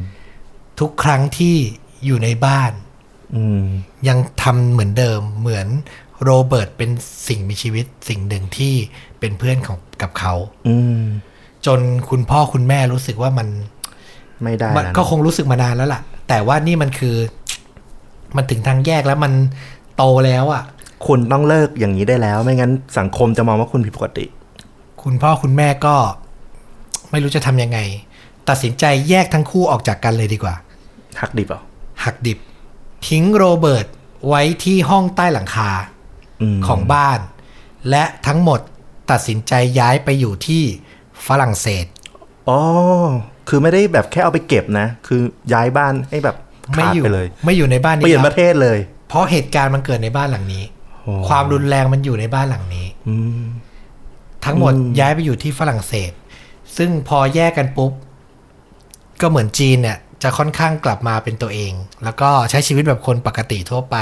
[SPEAKER 1] ทุกครั้งที่อยู่ในบ้าน
[SPEAKER 2] อืม
[SPEAKER 1] ยังทำเหมือนเดิมเหมือนโรเบิร์ตเป็นสิ่งมีชีวิตสิ่งหนึ่งที่เป็นเพื่อนของกับเขา
[SPEAKER 2] อืม
[SPEAKER 1] จนคุณพ่อคุณแม่รู้สึกว่ามัน
[SPEAKER 2] ไม่ได้
[SPEAKER 1] มัน
[SPEAKER 2] แล้ว
[SPEAKER 1] ก็
[SPEAKER 2] นะ
[SPEAKER 1] คงรู้สึกมานานแล้วล่ะ แต่ว่านี่มันคือ มันถึงทางแยกแล้วมันโตแล้วอะ่ะ
[SPEAKER 2] คุณต้องเลิกอย่างนี้ได้แล้ว ไม่งั้นสังคมจะมองว่าคุณผิดปกติ
[SPEAKER 1] คุณพ่อคุณแม่ก็ ไม่รู้จะทำยังไง ตัดสินใจแยกทั้งคู่ออกจากกันเลยดีกว่า
[SPEAKER 2] หักดิบเหรอ
[SPEAKER 1] หักดิบ ทิ้งโรเบิร์ตไว้ที่ห้องใต้หลังคา
[SPEAKER 2] ม
[SPEAKER 1] ของบ้าน และทั้งหมดตัดสินใจย้ายไปอยู่ที่ฝรั่งเศส
[SPEAKER 2] อ๋อ คือไม่ได้แบบแค่เอาไปเก็บนะ คือย้ายบ้านให้แบบ
[SPEAKER 1] ไม่
[SPEAKER 2] ขาด
[SPEAKER 1] อยู่
[SPEAKER 2] ไปเลย
[SPEAKER 1] ไม่อยู่ในบ้านนี้
[SPEAKER 2] เปลี่ยน
[SPEAKER 1] ค
[SPEAKER 2] ป
[SPEAKER 1] รับ
[SPEAKER 2] ระเทศเลย
[SPEAKER 1] เพราะเหตุการณ์มันเกิดในบ้านหลังนี้
[SPEAKER 2] โอ้
[SPEAKER 1] ความรุนแรงมันอยู่ในบ้านหลังนี้
[SPEAKER 2] อืม
[SPEAKER 1] ทั้งหมดย้ายไปอยู่ที่ฝรั่งเศส ซึ่งพอแยกกันปุ๊บ ก็เหมือนจีนเนี่ย จะค่อนข้างกลับมาเป็นตัวเอง แล้วก็ใช้ชีวิตแบบคนปกติทั่วไป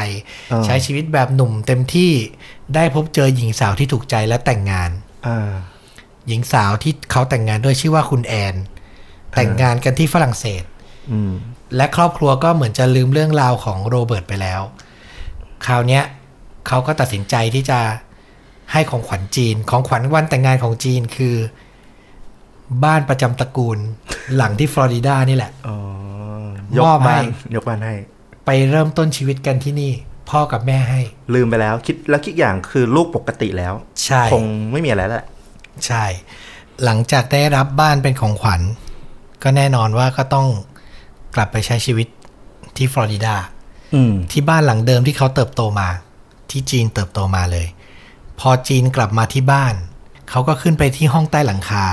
[SPEAKER 2] อ่า
[SPEAKER 1] ใช้ชีวิตแบบหนุ่มเต็มที่ได้พบเจอหญิงสาวที่ถูกใจและแต่งงาน
[SPEAKER 2] อ่า
[SPEAKER 1] หญิงสาวที่เขาแต่งงานด้วยชื่อว่าคุณแอน แต่งงานกันที่ฝรั่งเศส
[SPEAKER 2] อืม
[SPEAKER 1] และครอบครัวก็เหมือนจะลืมเรื่องราวของโรเบิร์ตไปแล้ว คราวเนี้ยเขาก็ตัดสินใจที่จะให้ของขวัญจีน ของขวัญวันแต่งงานของจีนคือ บ้านประจำตระกูล หลังที่ฟลอริดานี่แหละ
[SPEAKER 2] อ๋อ ย
[SPEAKER 1] ย
[SPEAKER 2] ก
[SPEAKER 1] ก
[SPEAKER 2] บ้า
[SPEAKER 1] บ้าน น
[SPEAKER 2] ยกบ้านให้
[SPEAKER 1] ไปเริ่มต้นชีวิตกันที่นี่ พ่อกับแม่ให้
[SPEAKER 2] ลืมไปแล้ว คิดแล้วคิดอย่างคือลูกปกติแล้ว
[SPEAKER 1] ใช่
[SPEAKER 2] คงไม่มีอะไรแล้วแหละ
[SPEAKER 1] ใช่ หลังจากได้รับบ้านเป็นของขวัญ ก็แน่นอนว่าก็ต้องกลับไปใช้ชีวิตที่ฟลอริดา
[SPEAKER 2] อืม
[SPEAKER 1] ที่บ้านหลังเดิมที่เขาเติบโตมา ที่จีนเติบโตมาเลย พอจีนกลับมาที่บ้าน เขาก็ขึ้นไปที่ห้องใต้หลังคา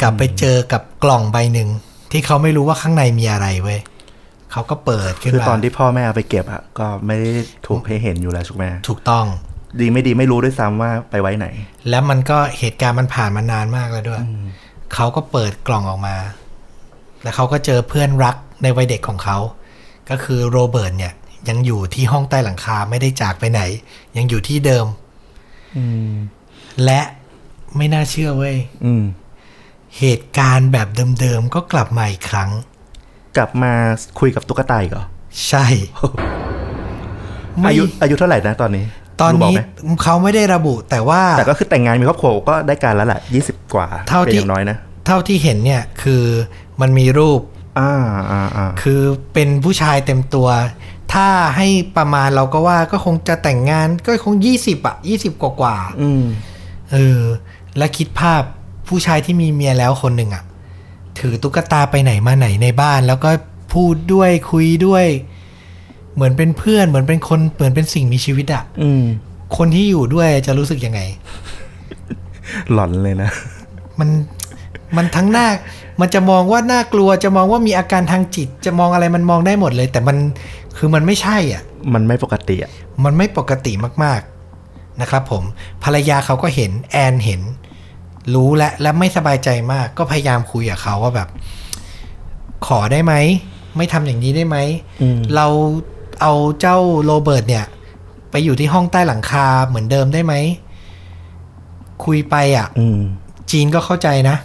[SPEAKER 1] กลับไปเจอกับกล่องใบหนึ่ง ที่เขาไม่รู้ว่าข้างในมีอะไรเว้ยเขาก็เปิดขึ้น
[SPEAKER 2] คือ
[SPEAKER 1] มา
[SPEAKER 2] ตอนที่พ่อแม่เอาไปเก็บอะก็ไม่ได้ถูกให้เห็นอยู่แล้วถูกไหม
[SPEAKER 1] ถูกต้อง
[SPEAKER 2] ดีไม่ดีไม่รู้ด้วยซ้ำว่าไปไว้ไหน
[SPEAKER 1] แล้วมันก็เหตุการณ์มันผ่านมานานมากแล้วด้วย เขาก็เปิดกล่องออกมา แล้วเขาก็เจอเพื่อนรักในวัยเด็กของเขา ก็คือโรเบิร์ตเนี่ยยังอยู่ที่ห้องใต้หลังคาไม่ได้จากไปไหน ยังอยู่ที่เดิม
[SPEAKER 2] อืม
[SPEAKER 1] และไม่น่าเชื่อเว้ย
[SPEAKER 2] อืม
[SPEAKER 1] เหตุการณ์แบบเดิมๆ ก็กลับมาอีกครั้ง
[SPEAKER 2] กลับมาคุยกับตุ๊กตาอีกเหรอ
[SPEAKER 1] ใช่ ไม่
[SPEAKER 2] อายุอายุเท่าไหร่นะตอนนี้
[SPEAKER 1] ตอน
[SPEAKER 2] รู้บก
[SPEAKER 1] นี้
[SPEAKER 2] ไหม
[SPEAKER 1] เขาไม่ได้ระบุแต่ว่า
[SPEAKER 2] แต่ก็คือแต่งงานมีครอบครัวก็ได้การแล้วแหละยี่สิบกว่า
[SPEAKER 1] เท่าที่
[SPEAKER 2] ป็นอย่งน้อยนะ
[SPEAKER 1] เท่าที่เห็นเนี่ยคือมันมีรูป
[SPEAKER 2] อ่าอ่าอ่า
[SPEAKER 1] คือเป็นผู้ชายเต็มตัว ถ้าให้ประมาณเราก็ว่าก็คงจะแต่งงานก็คง 20อะ20 กว่ากว่าๆ
[SPEAKER 2] อืม
[SPEAKER 1] เออ และคิดภาพผู้ชายที่มีเมียแล้วคนหนึ่งอะ่ะ ถือตุ๊กตาไปไหนมาไหนในบ้าน แล้วก็พูดด้วยคุยด้วย เหมือนเป็นเพื่อนเหมือนเป็นคนเหมือนเป็นสิ่งมีชีวิตอะ่ะ
[SPEAKER 2] อืม
[SPEAKER 1] คนที่อยู่ด้วยจะรู้สึกยังไง
[SPEAKER 2] หลอนเลยนะ
[SPEAKER 1] มันมันทั้งหน้า มันจะมองว่าน่ากลัวจะมองว่ามีอาการทางจิต จะมองอะไรมันมองได้หมดเลย แต่มันคือมันไม่ใช่อ่ะ
[SPEAKER 2] มันไม่ปกติอ่ะ
[SPEAKER 1] มันไม่ปกติมากๆนะครับผมภรรยาเขาก็เห็นแอนเห็น รู้และและไม่สบายใจมาก ก็พยายามคุยกับเขาว่าแบบ ขอได้ไหม ไม่ทำอย่างนี้ได้ไหม
[SPEAKER 2] อืม
[SPEAKER 1] เราเอาเจ้าโรเบิร์ตเนี่ย ไปอยู่ที่ห้องใต้หลังคาเหมือนเดิมได้ไหม คุยไปอ่ะ
[SPEAKER 2] อืม
[SPEAKER 1] จีนก็เข้าใจนะ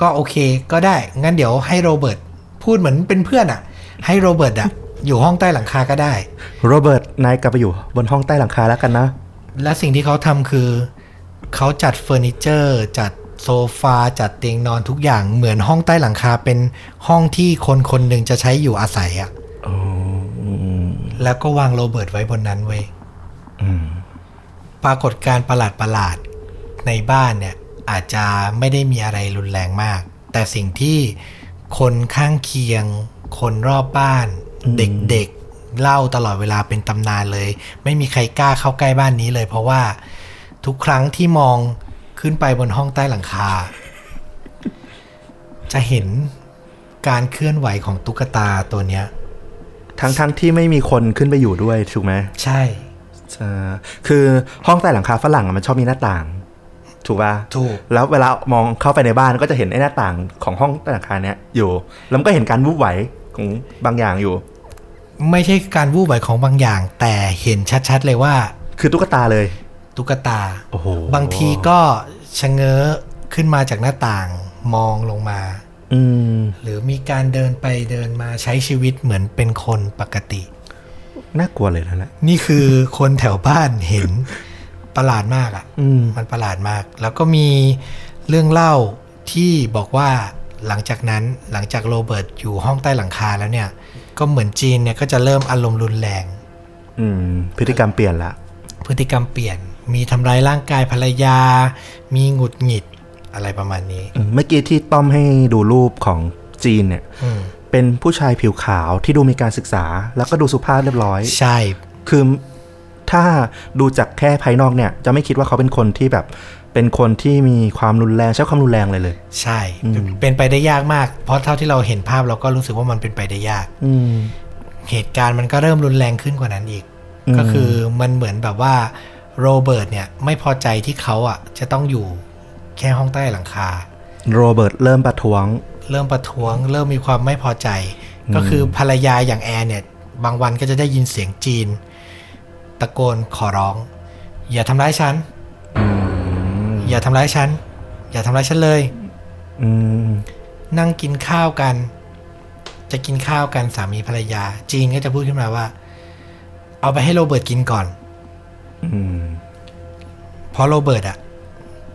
[SPEAKER 1] ก็โอเคก็ได้ งั้นเดี๋ยวให้โรเบิร์ตพูดเหมือนเป็นเพื่อนอ่ะ ให้โรเบิร์ตอ่ะ อยู่ห้องใต้หลังคาก็ได้
[SPEAKER 2] โรเบิร์ต นายกลับไปอยู่ บนห้องใต้หลังคาแล้วกันนะ
[SPEAKER 1] และสิ่งที่เขาทำคือ เขาจัดเฟอร์นิเจอร์ จัดโซฟา จัดเตียงนอนทุกอย่างเหมือนห้องใต้หลังคาเป็นห้องที่คนคนหนึ่งจะใช้อยู่อาศัยอะแล้วก็วางโรเบิร์ตไว้บนนั้นเว้ย ปรากฏการณ์ประหลาดประหลาดๆในบ้านเนี่ยอาจจะไม่ได้มีอะไรรุนแรงมาก แต่สิ่งที่คนข้างเคียง คนรอบบ้าน เด็กๆเล่าตลอดเวลาเป็นตำนานเลย ไม่มีใครกล้าเข้าใกล้บ้านนี้เลย เพราะว่าทุกครั้งที่มองขึ้นไปบนห้องใต้หลังคา จะเห็นการเคลื่อนไหวของตุ๊กตาตัวเนี้ย
[SPEAKER 2] ทั้งทั้งที่ไม่มีคนขึ้นไปอยู่ด้วยถูกไหม
[SPEAKER 1] ใช่
[SPEAKER 2] ใช่คือห้องใต้หลังคาฝรั่งอะมันชอบมีหน้าต่าง ถูกป่ะ
[SPEAKER 1] ถูก
[SPEAKER 2] แล้วเวลามองเข้าไปในบ้านก็จะเห็นไอ้หน้าต่างของห้องใต้หลังคาเนี้ยอยู่ แล้วมันก็เห็นการวุบไหวของบางอย่างอยู่
[SPEAKER 1] ไม่ใช่การวูบไหวของบางอย่าง แต่เห็นชัดๆเลยว่า
[SPEAKER 2] คือตุ๊กตาเลย
[SPEAKER 1] ตุ๊กตา
[SPEAKER 2] โอ้โห
[SPEAKER 1] บางทีก็ชะเง้อขึ้นมาจากหน้าต่างมองลงมา
[SPEAKER 2] อืม
[SPEAKER 1] หรือมีการเดินไปเดินมาใช้ชีวิตเหมือนเป็นคนปกติ
[SPEAKER 2] น่ากลัวเลยนะเนี่ย
[SPEAKER 1] นี่คือคนแถวบ้านเห็น ประหลาดมากอ่ะ
[SPEAKER 2] อืม
[SPEAKER 1] มันประหลาดมาก แล้วก็มีเรื่องเล่าที่บอกว่าหลังจากนั้นหลังจากโรเบิร์ตอยู่ห้องใต้หลังคาแล้วเนี่ย ก็เหมือนจีนเนี่ยก็จะเริ่มอารมณ์รุนแรง
[SPEAKER 2] อืม พฤติกรรมเปลี่ยนละ
[SPEAKER 1] พฤติกรรมเปลี่ยน มีทำร้ายร่างกายภรรยา มีหงุดหงิดอะไรประมาณนี้
[SPEAKER 2] อืมเมื่อกี้ที่ต้อมให้ดูรูปของจีนเนี่ย
[SPEAKER 1] อืม
[SPEAKER 2] เป็นผู้ชายผิวขาวที่ดูมีการศึกษา แล้วก็ดูสุภาพเรียบร้อย
[SPEAKER 1] ใช่
[SPEAKER 2] คือถ้าดูจากแค่ภายนอกเนี่ย จะไม่คิดว่าเขาเป็นคนที่แบบ เป็นคนที่มีความรุนแรงใช้ความรุนแรงเลยเลย
[SPEAKER 1] ใช่เป็นเป็นไปได้ยากมาก เพราะเท่าที่เราเห็นภาพเราก็รู้สึกว่ามันเป็นไปได้ยาก
[SPEAKER 2] อืม
[SPEAKER 1] เหตุการณ์มันก็เริ่มรุนแรงขึ้นกว่านั้นอีก
[SPEAKER 2] อืม
[SPEAKER 1] ก็คือมันเหมือนแบบว่าโรเบิร์ตเนี่ยไม่พอใจที่เขาอ่ะจะต้องอยู่แค่ห้องใต้หลังคา
[SPEAKER 2] โรเบิร์ตเริ่มประท้วง
[SPEAKER 1] เริ่มประท้วง เริ่มมีความไม่พอใจ ก็คือภรรยาอย่างแอร์เนี่ย บางวันก็จะได้ยินเสียงจีน ตะโกนขอร้อง อย่าทำร้ายฉัน อย่าทำร้ายฉัน อย่าทำร้ายฉันเลย
[SPEAKER 2] อืม
[SPEAKER 1] นั่งกินข้าวกัน จะกินข้าวกันสามีภรรยา จีนก็จะพูดขึ้นมาว่า เอาไปให้โรเบิร์ตกินก่อน
[SPEAKER 2] อืม
[SPEAKER 1] เพราะโรเบิร์ตอ่ะ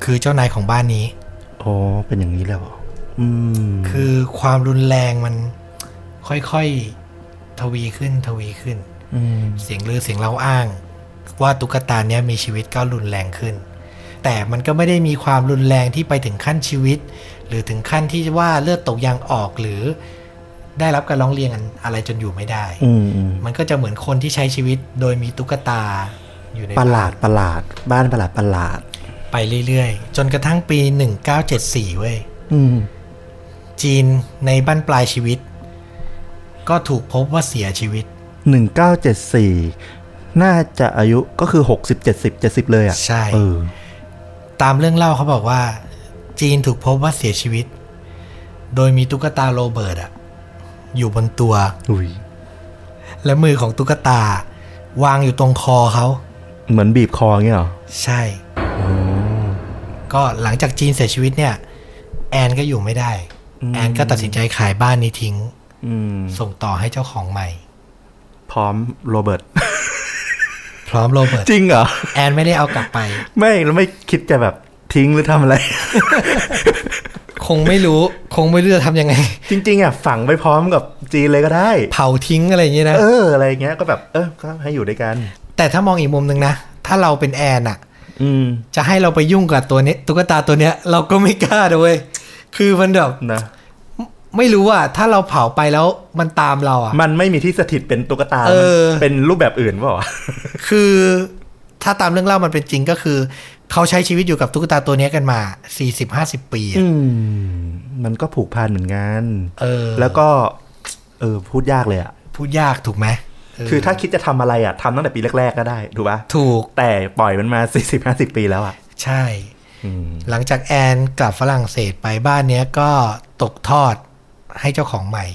[SPEAKER 1] คือเจ้านายของบ้านนี้
[SPEAKER 2] โอ้เป็นอย่างนี้เลยเหรออืม
[SPEAKER 1] คือความรุนแรงมันค่อยๆทวีขึ้นทวีขึ้น
[SPEAKER 2] อืม
[SPEAKER 1] เสียงลือเสียงเล่าอ้าง ว่าตุ๊กตาเนี้ยมีชีวิตก็รุนแรงขึ้น แต่มันก็ไม่ได้มีความรุนแรงที่ไปถึงขั้นชีวิต หรือถึงขั้นที่ว่าเลือดตกยางออกหรือได้รับการร้องเรียนอะไรจนอยู่ไม่ได้
[SPEAKER 2] อืมอืม
[SPEAKER 1] มันก็จะเหมือนคนที่ใช้ชีวิตโดยมีตุ๊กตาอยู่ใน
[SPEAKER 2] ป
[SPEAKER 1] บ้า
[SPEAKER 2] ระ
[SPEAKER 1] น
[SPEAKER 2] หลาดประหลาด บ้านประหลาดประหลาด
[SPEAKER 1] ไปเรื่อยๆ จนกระทั่งปี 1974 เว้ย
[SPEAKER 2] อืม
[SPEAKER 1] จีนในบั้นปลายชีวิต ก็ถูกพบว่าเสียชีวิต
[SPEAKER 2] หนึ่งเก้าเจ็ดสี่น่าจะอายุก็คือหกสิบเจ็ดสิบเจ็ดสิบเลยอ่ะ
[SPEAKER 1] ใช่
[SPEAKER 2] เออ
[SPEAKER 1] ตามเรื่องเล่าเขาบอกว่า จีนถูกพบว่าเสียชีวิต โดยมีตุ๊กตาโรเบิร์ตอะอยู่บนตัว
[SPEAKER 2] อุ้ย
[SPEAKER 1] และมือของตุ๊กตา วางอยู่ตรงคอเขา
[SPEAKER 2] เหมือนบีบคออย่างเงี้ยเหรอ
[SPEAKER 1] ใช่ ก็หลังจากจีนเสียชีวิตเนี่ย แอนก็อยู่ไม่ได้ แอนก็ตัดสินใจขายบ้านนี้ทิ้ง
[SPEAKER 2] อืม
[SPEAKER 1] ส่งต่อให้เจ้าของใหม่
[SPEAKER 2] พร้อมโรเบิร์ต
[SPEAKER 1] พร้อมโรเบิร์ต
[SPEAKER 2] จริงเหรอ
[SPEAKER 1] แอนไม่ได้เอากลับไป
[SPEAKER 2] ไม่แล้วไม่คิดจะแบบทิ้งหรือทำอะไร
[SPEAKER 1] คงไม่รู้ คงไม่รู้จะทำยังไง
[SPEAKER 2] จริง ๆอ่ะฝังไปพร้อมกับจีนเลยก็ได้
[SPEAKER 1] เผาทิ้งอะไรอย่างเงี้ยนะ
[SPEAKER 2] เออ อะไรเงี้ยก็แบบ เออก็ให้อยู่ด้วยกัน
[SPEAKER 1] แต่ถ้ามองอีกมุมหนึ่งนะ ถ้าเราเป็นแอนอะ
[SPEAKER 2] อืม
[SPEAKER 1] จะให้เราไปยุ่งกับตัวเนี้ยตุ๊กตาตัวเนี้ยเราก็ไม่กล้าด้วยคือมันแบบ
[SPEAKER 2] นะ
[SPEAKER 1] ไม่รู้อ่ะถ้าเราเผาไปแล้วมันตามเราอ่ะ
[SPEAKER 2] มันไม่มีที่สถิตเป็นตุ๊กตา
[SPEAKER 1] เออ
[SPEAKER 2] มันเป็นรูปแบบอื่นเปล่าวะ
[SPEAKER 1] คือถ้าตามเรื่องเล่ามันเป็นจริงก็คือ เขาใช้ชีวิตอยู่กับตุ๊กตาตัวเนี้ยกันมา 40-50 ปีอะ
[SPEAKER 2] อืม มันก็ผูกพันเหมือนกัน
[SPEAKER 1] เออ
[SPEAKER 2] แล้วก็ เออ พูดยากเลยอ่ะ
[SPEAKER 1] พูดยากถูกไหมเ
[SPEAKER 2] คือถ้าคิดจะทำอะไรอ่ะทำตั้งแต่ปีแรก ๆ ก็ได้ ถูกปะ
[SPEAKER 1] ถูก
[SPEAKER 2] แต่ปล่อยมันมา 40 50 ปีแล้วอ่ะ
[SPEAKER 1] ใช่
[SPEAKER 2] อืม
[SPEAKER 1] หลังจากแอนกลับฝรั่งเศสไปบ้านเนี้ยก็ตกทอดให้เจ้าของใหม่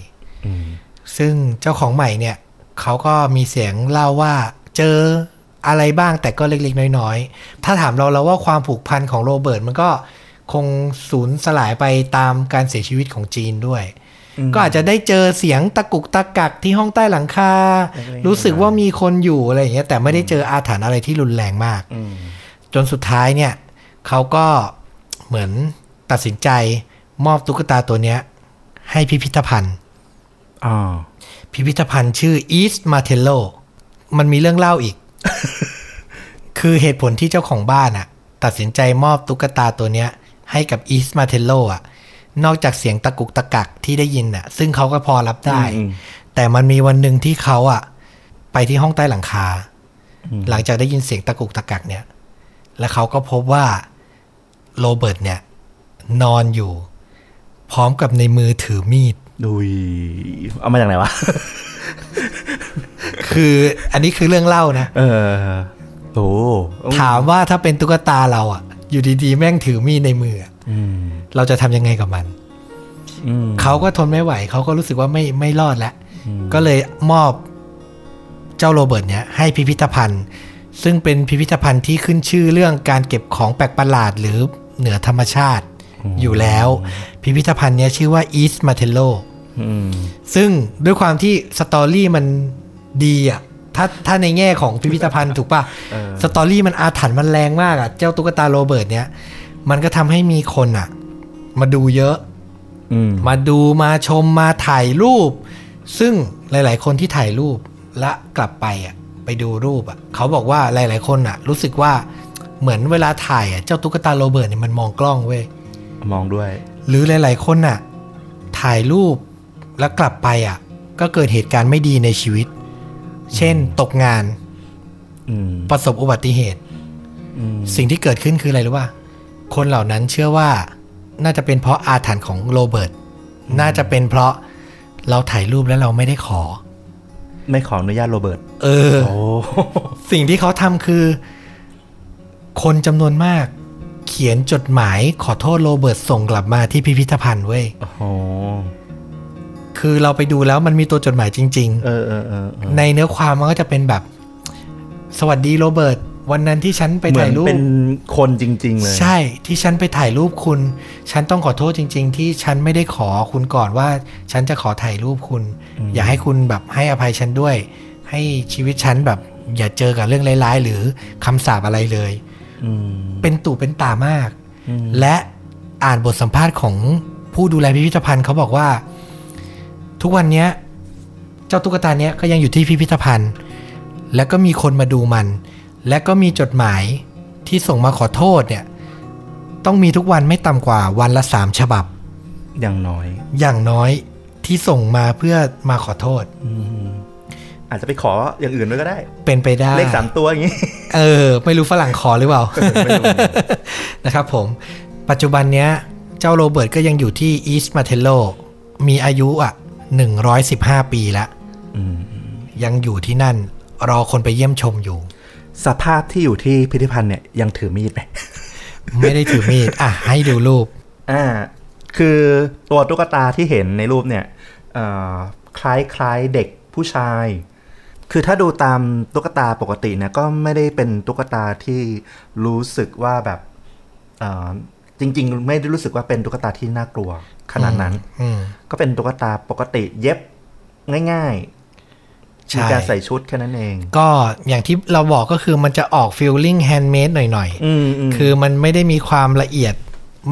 [SPEAKER 2] อืม
[SPEAKER 1] ซึ่งเจ้าของใหม่เนี่ยเขาก็มีเสียงเล่าว่าเจออะไรบ้างแต่ก็เล็กๆ น้อยๆ ถ้าถามเราเราว่าความผูกพันของโรเบิร์ตมันก็คงสูญสลายไปตามการเสียชีวิตของจีนด้วย ก็อาจจะได้เจอเสียงตะกุกตะกักที่ห้องใต้หลังคา รู้สึกว่ามีคนอยู่อะไรอย่างเงี้ยแต่ไม่ได้เจออาถรรพ์อะไรที่รุนแรงมาก
[SPEAKER 2] อืม
[SPEAKER 1] จนสุดท้ายเนี่ยเขาก็เหมือนตัดสินใจมอบตุ๊กตาตัวเนี้ยให้พิพิธภัณฑ์
[SPEAKER 2] อ๋อ
[SPEAKER 1] พิพิธภัณฑ์ชื่อ East Martello มันมีเรื่องเล่าอีก คือเหตุผลที่เจ้าของบ้านอะตัดสินใจมอบตุ๊กตาตัวเนี้ย ให้กับอีสมาเทลโลอะนอกจากเสียงตะกุกตะกักที่ได้ยินอะซึ่งเขาก็พอรับได้
[SPEAKER 2] อืม
[SPEAKER 1] แต่มันมีวันหนึ่งที่เขาอะไปที่ห้องใต้หลังคา หลังจากได้ยินเสียงตะกุกตะกักเนี่ย แล้วเขาก็พบว่าโรเบิร์ตเนี่ย นอนอยู่ พร้อมกับในมือถือมีด
[SPEAKER 2] ดุยเอามาจากไหนวะ
[SPEAKER 1] คืออันนี้คือเรื่องเล่านะ
[SPEAKER 2] เออโอ้
[SPEAKER 1] ถามว่าถ้าเป็นตุ๊กตาเราอะอยู่ดีๆ แม่งถือมีดในมืออะ
[SPEAKER 2] อืม
[SPEAKER 1] เราจะทำยังไงกับมัน
[SPEAKER 2] อืม
[SPEAKER 1] เขาก็ทนไม่ไหว เขาก็รู้สึกว่าไม่ไม่รอดแล้ว ก็เลยมอบเจ้าโรเบิร์ตเนี่ยให้พิพิธภัณฑ์ ซึ่งเป็นพิพิธภัณฑ์ที่ขึ้นชื่อเรื่องการเก็บของแปลกประหลาดหรือเหนือธรรมชาติ อยู่แล้ว พิพิธภัณฑ์เนี้ยชื่อว่า East m a t e l l o
[SPEAKER 2] อืม
[SPEAKER 1] ซึ่งด้วยความที่สตอรี่มันดีอ่ะ ถ้าถ้าในแง่ของพิพิธภัณฑ์ถูกป่ะ สตอรี่มันอาถรรพ์มันแรงมากอ่ะ เจ้าตุ๊กตาโรเบิร์ตเนี้ยมันก็ทำให้มีคนอ่ะ มาดูเยอะ
[SPEAKER 2] อืม
[SPEAKER 1] มาดูมาชมมาถ่ายรูป ซึ่งหลาย ๆ คนที่ถ่ายรูปและกลับไปอ่ะไปดูรูปอ่ะเขาบอกว่าหลาย ๆ คนอ่ะ รู้สึกว่าเหมือนเวลาถ่ายอ่ะเจ้าตุ๊กตาโรเบิร์ตเนี่ยมันมองกล้องเว้ย
[SPEAKER 2] มองด้วย
[SPEAKER 1] หรือหลาย ๆ คนอ่ะ ถ่ายรูปแล้วกลับไปอ่ะ ก็เกิดเหตุการณ์ไม่ดีในชีวิต เช่นตกงาน
[SPEAKER 2] อืม
[SPEAKER 1] ประสบอุบัติเหตุ
[SPEAKER 2] อืม
[SPEAKER 1] สิ่งที่เกิดขึ้นคืออะไรรู้ป่ะ คนเหล่านั้นเชื่อว่าน่าจะเป็นเพราะอาถรรพ์ของโรเบิร์ต น่าจะเป็นเพราะเราถ่ายรูปแล้วเราไม่ได้ขอ
[SPEAKER 2] ไม่ขออนุญาตโรเบิร์ต
[SPEAKER 1] เออ
[SPEAKER 2] โอ้
[SPEAKER 1] สิ่งที่เขาทำคือ คนจำนวนมาก เขียนจดหมายขอโทษโรเบิร์ตส่งกลับมาที่พิพิธภัณฑ์เว้ย
[SPEAKER 2] โอ้โห
[SPEAKER 1] คือเราไปดูแล้วมันมีตัวจดหมายจริง ๆ
[SPEAKER 2] เออเออเออเออ
[SPEAKER 1] ในเนื้อความมันก็จะเป็นแบบ สวัสดีโรเบิร์ต วันนั้นที่ฉันไป
[SPEAKER 2] เหมือ
[SPEAKER 1] ถ่าน ยรูป
[SPEAKER 2] เป็นคนจริง ๆ เลย
[SPEAKER 1] ใช่ที่ฉันไปถ่ายรูปคุณ ฉันต้องขอโทษจริง ๆ ที่ฉันไม่ได้ขอคุณก่อนว่า ฉันจะขอถ่ายรูปคุณ อยากให้คุณแบบให้อภัยฉันด้วย ให้ชีวิตฉันแบบ อย่าเจอกับเรื่องร้ายๆ หรือคำสาปอะไรเลย
[SPEAKER 2] อืม
[SPEAKER 1] เป็นตู่เป็นตามาก
[SPEAKER 2] อืม
[SPEAKER 1] และอ่านบทสัมภาษณ์ของผู้ดูแลพิพิธภัณฑ์เขาบอกว่า ทุกวันเนี้ย เจ้าตุ๊กตาเนี้ยก็ยังอยู่ที่พิพิธภัณฑ์ และก็มีคนมาดูมัน และก็มีจดหมายที่ส่งมาขอโทษเนี่ย ต้องมีทุกวันไม่ต่ำกว่าวันละสามฉบับ
[SPEAKER 2] อย่างน้อย
[SPEAKER 1] อย่างน้อยที่ส่งมาเพื่อมาขอโทษ
[SPEAKER 2] อืมอาจจะไปขออย่างอื่นด้วยก็ได้
[SPEAKER 1] เป็นไปได้
[SPEAKER 2] เลขสามตัวอย่างนี้
[SPEAKER 1] เออ ไม่รู้ฝรั่งขอหรือเปล่า
[SPEAKER 2] ไม่รู้
[SPEAKER 1] นะครับผม ปัจจุบันเนี้ย เจ้าโรเบิร์ตก็ยังอยู่ที่อีสต์มาเทโลมีอายุอ่ะ 115 ปีละ
[SPEAKER 2] อืม
[SPEAKER 1] ยังอยู่ที่นั่น รอคนไปเยี่ยมชมอยู่
[SPEAKER 2] สภาพที่อยู่ที่พิพิธภัณฑ์เนี่ยยังถือมีดไหม
[SPEAKER 1] ไม่ได้ถือมีด อ่ะ ให้ดูรูป
[SPEAKER 2] อ่า คือตัวตุ๊กตาที่เห็นในรูปเนี่ยเอ่อคล้ายคล้ายเด็กผู้ชาย คือถ้าดูตามตุ๊กตาปกติเนี่ยก็ไม่ได้เป็นตุ๊กตาที่รู้สึกว่าแบบเอ่อจริง ๆ ไม่ได้รู้สึกว่าเป็นตุ๊กตาที่น่ากลัวขนาดนั้น
[SPEAKER 1] อืม
[SPEAKER 2] ก็เป็นตุ๊กตาปกติเย็บง่ายๆ
[SPEAKER 1] ใช่
[SPEAKER 2] มีการใส่ชุดแค่นั้นเอง
[SPEAKER 1] ก็อย่างที่เราบอกก็คือมันจะออกฟิลลิ่งแฮนด์เมดหน่อย
[SPEAKER 2] อืมอืม
[SPEAKER 1] ๆ คือมันไม่ได้มีความละเอียด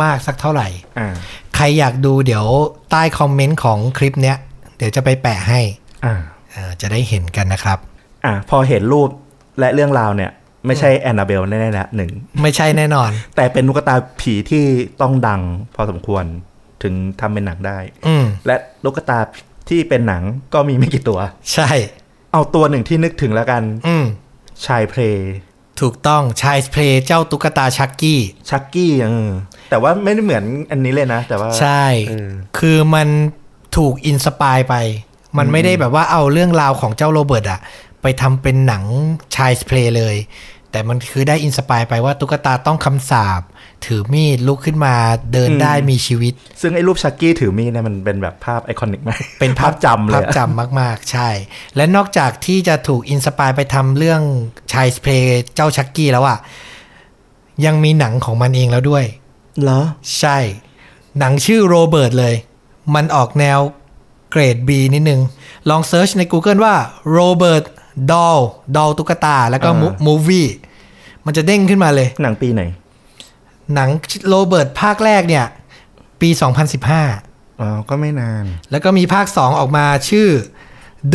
[SPEAKER 1] มากสักเท่าไหร่
[SPEAKER 2] อ่า
[SPEAKER 1] ใครอยากดูเดี๋ยวใต้คอมเมนต์ของคลิปเนี้ย เดี๋ยวจะไปแปะให้
[SPEAKER 2] อ่า
[SPEAKER 1] อ่าจะได้เห็นกันนะครับ
[SPEAKER 2] อ่า พอเห็นรูปและเรื่องราวเนี่ย ไม่ใช่แอนนาเบลแน่ๆแล้วหนึ่ง
[SPEAKER 1] ไม่ใช่แน่นอน
[SPEAKER 2] แต่เป็นตุ๊กตาผีที่ต้องดังพอสมควรถึงทำเป็นหนังได้
[SPEAKER 1] อืม
[SPEAKER 2] และตุ๊กตาที่เป็นหนังก็มีไม่กี่ตัว
[SPEAKER 1] ใช่
[SPEAKER 2] เอาตัวหนึ่งที่นึกถึงแล้วกัน
[SPEAKER 1] อืม
[SPEAKER 2] ชายเพลย์
[SPEAKER 1] ถูกต้องชายเพลย์เจ้าตุ๊กตาชักกี้
[SPEAKER 2] ชักกี้เออแต่ว่าไม่ได้เหมือนอันนี้เลยนะ แต่ว่า
[SPEAKER 1] ใช่
[SPEAKER 2] เออ
[SPEAKER 1] คือมันถูกอินสปายไป มันไม่ได้แบบว่าเอาเรื่องราวของเจ้าโรเบิร์ตอะไปทำเป็นหนังชายเพลย์เลย แต่มันคือได้อินสปายไปว่าตุ๊กตาต้องคำสาบ ถือมีดลุกขึ้นมาเดินได้มีชีวิต
[SPEAKER 2] ซึ่งไอ้รูปชักกี้ถือมีดเนี่ยมันเป็นแบบภาพไอคอนิกมาก
[SPEAKER 1] เป็นภาพ
[SPEAKER 2] จำเล
[SPEAKER 1] ภาพ
[SPEAKER 2] ยอะ
[SPEAKER 1] จำมาก ๆ ใช่ และนอกจากที่จะถูกอินสปายไปทำเรื่องชายเพลย์เจ้าชักกี้แล้วอะยังมีหนังของมันเองแล้วด้วย
[SPEAKER 2] เหรอ
[SPEAKER 1] ใช่ หนังชื่อโรเบิร์ตเลย มันออกแนวเกรด B นิดนึง ลองเซิร์ชใน Google ว่าโรเบิร์ตดอลดอลตุ๊กตา แล้วก็
[SPEAKER 2] อ่า
[SPEAKER 1] มูวี่มันจะเด้งขึ้นมาเลย
[SPEAKER 2] หนังปีไหน
[SPEAKER 1] หนังโรเบิร์ตภาคแรกเนี่ย ปี 2015
[SPEAKER 2] อ๋อก็ไม่นาน
[SPEAKER 1] แล้วก็มีภาค 2 ออกมาชื่อ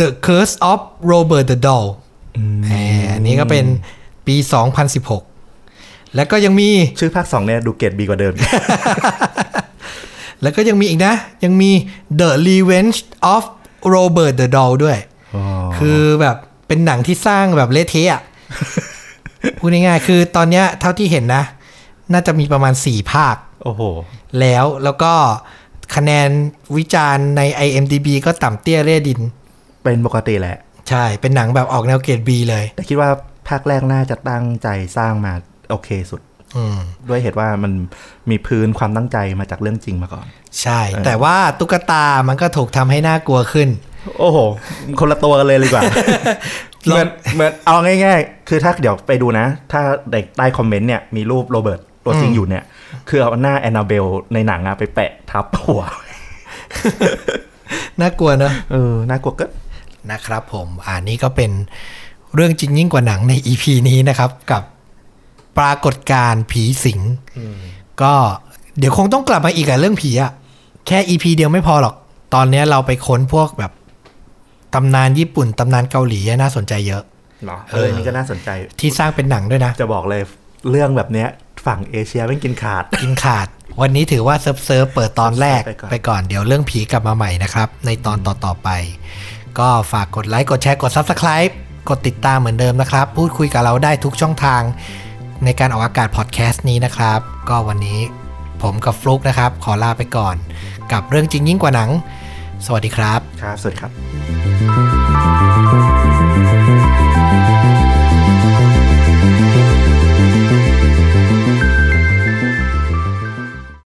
[SPEAKER 1] The Curse of Robert the Doll แหมอันนี้ก็เป็น ปี 2016 แล้วก็ยังมี
[SPEAKER 2] ชื่อภาคสองเนี่ยดูเกรดบีกว่าเดิม
[SPEAKER 1] แล้วก็ยังมีอีกนะ ยังมี The Revenge of Robert the Doll ด้วย คือแบบเป็นหนังที่สร้างแบบเละเทะ อะ พูดง่ายๆ คือตอนเนี้ยเท่าที่เห็นนะ น่าจะมีประมาณ 4 ภาค
[SPEAKER 2] โอ้โห
[SPEAKER 1] แล้วแล้วก็คะแนนวิจารณ์ใน IMDB ก็ต่ำเตี้ยเร่ดิน
[SPEAKER 2] เป็นปกติแหละ
[SPEAKER 1] ใช่ เป็นหนังแบบออกแนวเกรด B เลย
[SPEAKER 2] แต่คิดว่าภาคแรกน่าจะตั้งใจสร้างมาโอเคสุด
[SPEAKER 1] อืม
[SPEAKER 2] ด้วยเหตุว่ามันมีพื้นความตั้งใจมาจากเรื่องจริงมาก่อน
[SPEAKER 1] ใช่ แต่ว่าตุ๊กตามันก็ถูกทำให้น่ากลัวขึ้น
[SPEAKER 2] โอ้โห คนละตัวกันเลยเลยดีกว่า เห
[SPEAKER 1] ลอง
[SPEAKER 2] มือนเหมือนเอาง่ายๆ คือถ้าเดี๋ยวไปดูนะ ถ้าเด็กใต้คอมเมนต์เนี่ยมีรูปโรเบิร์ตตัวจริงอยู่เนี่ย คือเอาหน้าแอนนาเบลในหนังอะไปแปะทับหัว
[SPEAKER 1] น่ากลัวเนอะ
[SPEAKER 2] เออ น่ากลัวเก็
[SPEAKER 1] นะครับผมอ่านี่ก็เป็นเรื่องจริงยิ่งกว่าหนังใน EP นี้นะครับ กับปรากฏการณ์ผีสิงก็เดี๋ยวคงต้องกลับมาอีกอะเรื่องผีอะแค่ EP เดียวไม่พอหรอก ตอนเนี้ยเราไปค้นพวกแบบตำนานญี่ปุ่น ตำนานเกาหลีอะน่าสนใจเยอะ
[SPEAKER 2] เหรอ
[SPEAKER 1] เอ
[SPEAKER 2] เอ
[SPEAKER 1] อ
[SPEAKER 2] อ นี่ก็น่าสนใจ
[SPEAKER 1] ที่สร้างเป็นหนังด้วยนะ
[SPEAKER 2] จะบอกเลยเรื่องแบบเนี้ย ฝั่งเอเชียไม่กินขาด
[SPEAKER 1] กินขาด วันนี้ถือว่าเซิร์ฟเซิร์ฟเปิดตอนแรก
[SPEAKER 2] ไปก่อน
[SPEAKER 1] ไปก่อนเดี๋ยวเรื่องผีกลับมาใหม่นะครับ ในตอนต่อ ๆ ไป ก็ฝากกดไลค์ กดแชร์ กด Subscribe กดติดตามเหมือนเดิมนะครับ พูดคุยกับเราได้ทุกช่องทาง ในการออกอากาศพอดแคสต์นี้นะครับ ก็วันนี้ผมกับฟลุกนะครับ ขอลาไปก่อน กับเรื่องจริงยิ่งกว่าหนัง สวัสดีครับ
[SPEAKER 2] ครับ สวัสดีครับ